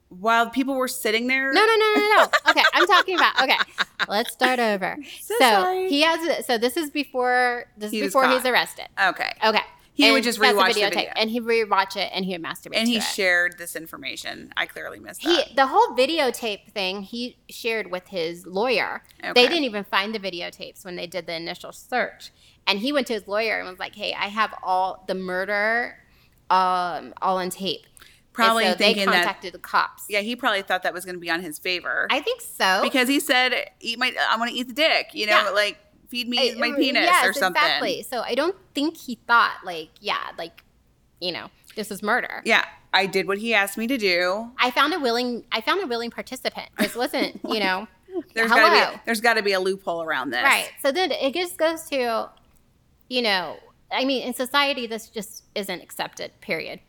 C: While people were sitting there,
B: No, no, no, no, no. Okay, I'm talking about. Okay, let's start over.
C: So
B: So,
C: sorry.
B: he has. So this is before. This
C: He
B: is
C: was
B: before he's
C: caught.
B: arrested.
C: okay,
B: Okay.
C: He would
B: And
C: just
B: that's
C: rewatch the
B: videotape.
C: video.
B: and he rewatch it, and he would masturbate.
C: and
B: to
C: he
B: it.
C: shared this information. I clearly missed
B: he
C: that.
B: the whole videotape thing he shared with his lawyer.
C: Okay.
B: They didn't even find the videotapes when they did the initial search, and he went to his lawyer and was like, "Hey, I have all the murder, um, all on tape." And
C: Probably
B: so they
C: thinking that.
B: contacted the cops.
C: Yeah, he probably thought that was going to be on his favor.
B: I think so.
C: because he said, "Eat my, I want to eat the dick," you know,
B: Yeah.
C: like feed me
B: I- uh, mm,
C: my penis
B: yes,
C: or something.
B: Exactly. So I don't think he thought like, yeah, like, you know, this is murder.
C: Yeah, I did what he asked me to do.
B: I found a willing. I found a willing participant. This wasn't, you know,
C: There's
B: hello.
C: gotta be there's gotta be a loophole around this,
B: Right. So then it just goes to, you know, I mean, in society, this just isn't accepted. Period.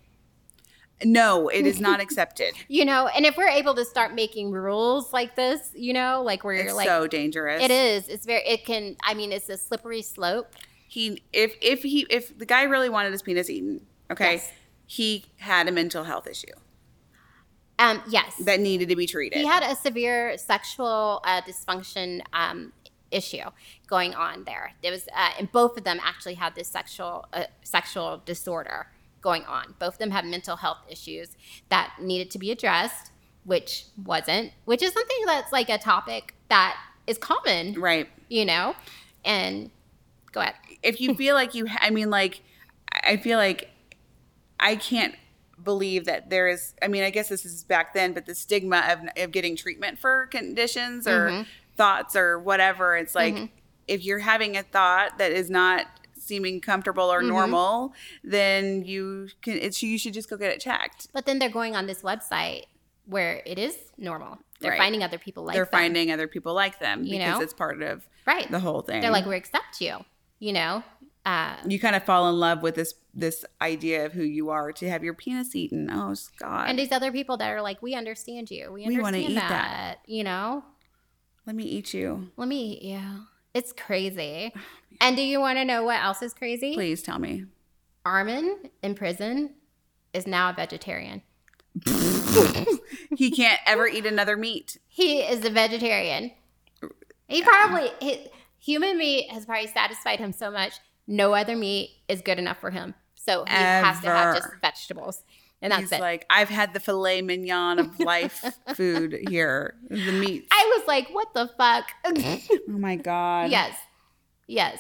C: No, it is not accepted.
B: You know, and if we're able to start making rules like this, you know, like where
C: it's
B: you're like,
C: so dangerous.
B: it is. It's very. It can. I mean, it's a slippery slope.
C: He if if he if the guy really wanted his penis eaten, okay,
B: Yes.
C: he had a mental health issue
B: Um. Yes.
C: that needed to be treated.
B: He had a severe sexual uh, dysfunction um, issue going on there. There was, uh, and both of them actually had this sexual uh, sexual disorder going on. Both of them had mental health issues that needed to be addressed, which wasn't. Which is something that's like a topic that is common,
C: right.
B: you know. And go ahead.
C: if you feel like you ha- i mean like i feel like i can't believe that there is i mean i guess this is back then but the stigma of, of getting treatment for conditions
B: Mm-hmm.
C: or thoughts or whatever it's like if you're having a thought that is not seeming comfortable
B: Mm-hmm.
C: or normal, then you can. It's you should just go get it checked.
B: But then they're going on this website where it is normal. They're
C: Right.
B: finding other people like
C: They're
B: them.
C: finding other people like them
B: You
C: because
B: know?
C: it's part of
B: right.
C: the whole thing.
B: They're like, we accept you. You know, uh,
C: you kind of fall in love with this this idea of who you are to have your penis eaten. Oh God!
B: and these other people that are like, we understand you. We
C: We
B: understand
C: wanna eat
B: that,
C: that.
B: You know,
C: Let me eat you,
B: let me eat you. It's crazy. And do you want to know what else is crazy?
C: Oh, please. Tell me.
B: Armin in prison is now a vegetarian.
C: he can't ever eat another meat.
B: He is a vegetarian. He probably he, human meat has probably satisfied him so much. No other meat is good enough for him. So he has to have just
C: Ever.
B: vegetables, and that's
C: He's
B: it.
C: like, I've had the filet mignon of life food here. The meat.
B: I was like, what the fuck?
C: Oh my God.
B: yes, yes.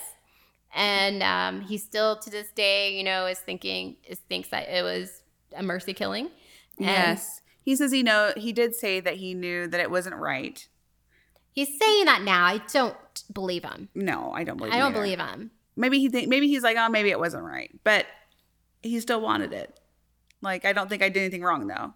B: And um, he still to this day, you know, is thinking is thinks that it was a mercy killing. And
C: Yes. He says he know he did say that he knew that it wasn't right.
B: he's saying that now. I don't believe him.
C: No, I don't believe.
B: I
C: him
B: don't
C: either.
B: believe him.
C: Maybe he think maybe he's like, oh, maybe it wasn't right, but he still wanted it. Like I don't think I did anything wrong though.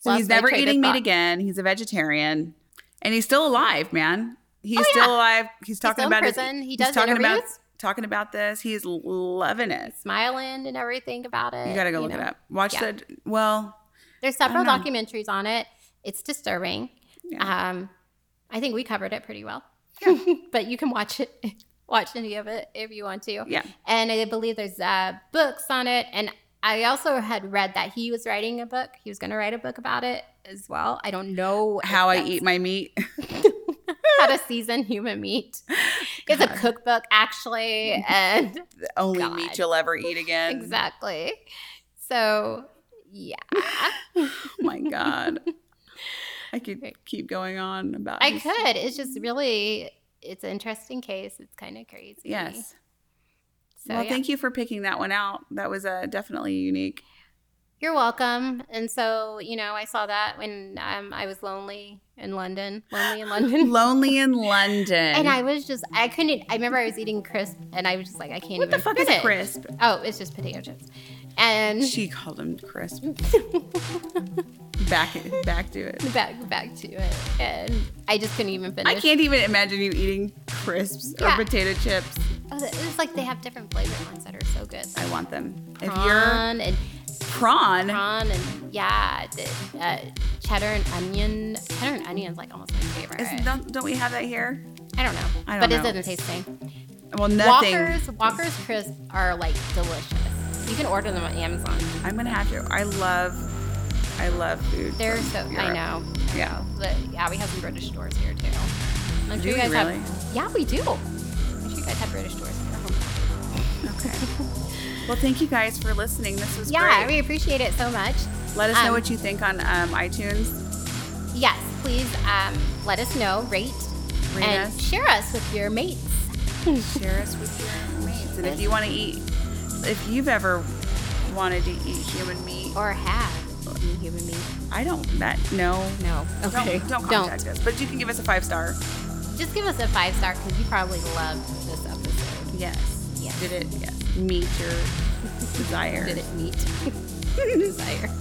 C: So
B: Lost
C: he's
B: my
C: never
B: train of
C: eating meat
B: thought.
C: again. He's a vegetarian, and he's still alive, man. He's
B: Oh,
C: still
B: yeah.
C: alive. He's talking
B: still in
C: about his-
B: prison. He
C: he's
B: does
C: talking about
B: interviews.
C: talking about this. He's loving it.
B: Smiling and everything about it.
C: You gotta go look
B: know.
C: it up. Watch
B: Yeah.
C: the well.
B: There's several
C: know.
B: documentaries on it. It's disturbing.
C: Yeah.
B: Um, I think we covered it pretty well. but you can watch it, watch any of it if you want to.
C: yeah.
B: And I believe there's uh, books on it. And I also had read that he was writing a book. He was going to write a book about it as well. I don't know if
C: How I
B: that's
C: eat my meat.
B: how to season human meat. It's a
C: God.
B: cookbook actually, and
C: The only
B: God.
C: meat you'll ever eat again.
B: exactly. So yeah,
C: Oh my god. I could
B: Okay.
C: keep going on about
B: I
C: his-
B: could. It's just really, it's an interesting case. It's kind of crazy.
C: Yes.
B: So
C: well,
B: yeah.
C: thank you for picking that one out. That was uh, definitely unique.
B: You're welcome. And so, you know, I saw that when um, I was lonely in London, lonely in London.
C: Lonely in London.
B: And I was just, I couldn't, I remember I was eating crisp and I was just like, I can't
C: what
B: even
C: the fuck
B: fit
C: is a
B: it.
C: crisp?
B: Oh, it's just potato chips. And
C: She called him crisp. back it, back to it.
B: back, back to it. And I just couldn't even finish.
C: I can't even imagine you eating crisps
B: Yeah.
C: or potato chips.
B: Oh, It's like they have different flavored ones that are so good. Like
C: I want them. if you're
B: prawn and
C: prawn,
B: prawn and yeah, the, uh, cheddar and onion. Cheddar and onion is like almost my favorite.
C: is, don't, don't we have that here?
B: I don't know,
C: I don't
B: but
C: know.
B: it doesn't taste the same.
C: Well, nothing.
B: Walkers, Walkers crisp are like delicious. You can order them on Amazon.
C: I'm gonna have to. I love, I love food.
B: They're
C: from
B: so I
C: Europe.
B: know.
C: Yeah.
B: But yeah, we have some British stores here too. I'm
C: Do we really?
B: have Yeah, we do. I'm sure you guys have British stores here.
C: Okay. well, thank you guys for listening. This was
B: Yeah,
C: great.
B: we appreciate it so much.
C: Let us know
B: um,
C: what you think on um, iTunes.
B: Yes, please um, let us know, rate,
C: Rate
B: and
C: us.
B: share us with your mates.
C: Share us with your mates. And if you want to eat, if you've ever wanted to eat human meat,
B: Or have any human meat.
C: I don't that no.
B: No. Okay.
C: Don't, don't contact us, but you can give us a five star.
B: Just give us a five star because you probably loved this episode.
C: Yes.
B: Yes.
C: Did it? Yes. Meet your desire.
B: Did it meet your desire?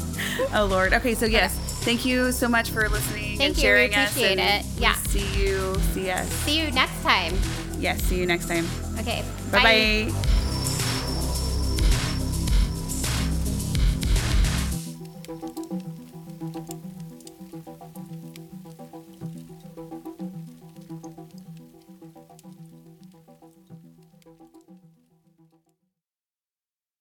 C: Oh Lord. Okay. So yes, thank you so much for listening
B: Thank you.
C: and
B: We
C: sharing us.
B: appreciate
C: and
B: it.
C: we
B: Yeah.
C: See you. See us.
B: See you next time.
C: Yes. See you next time.
B: Okay.
C: Bye bye.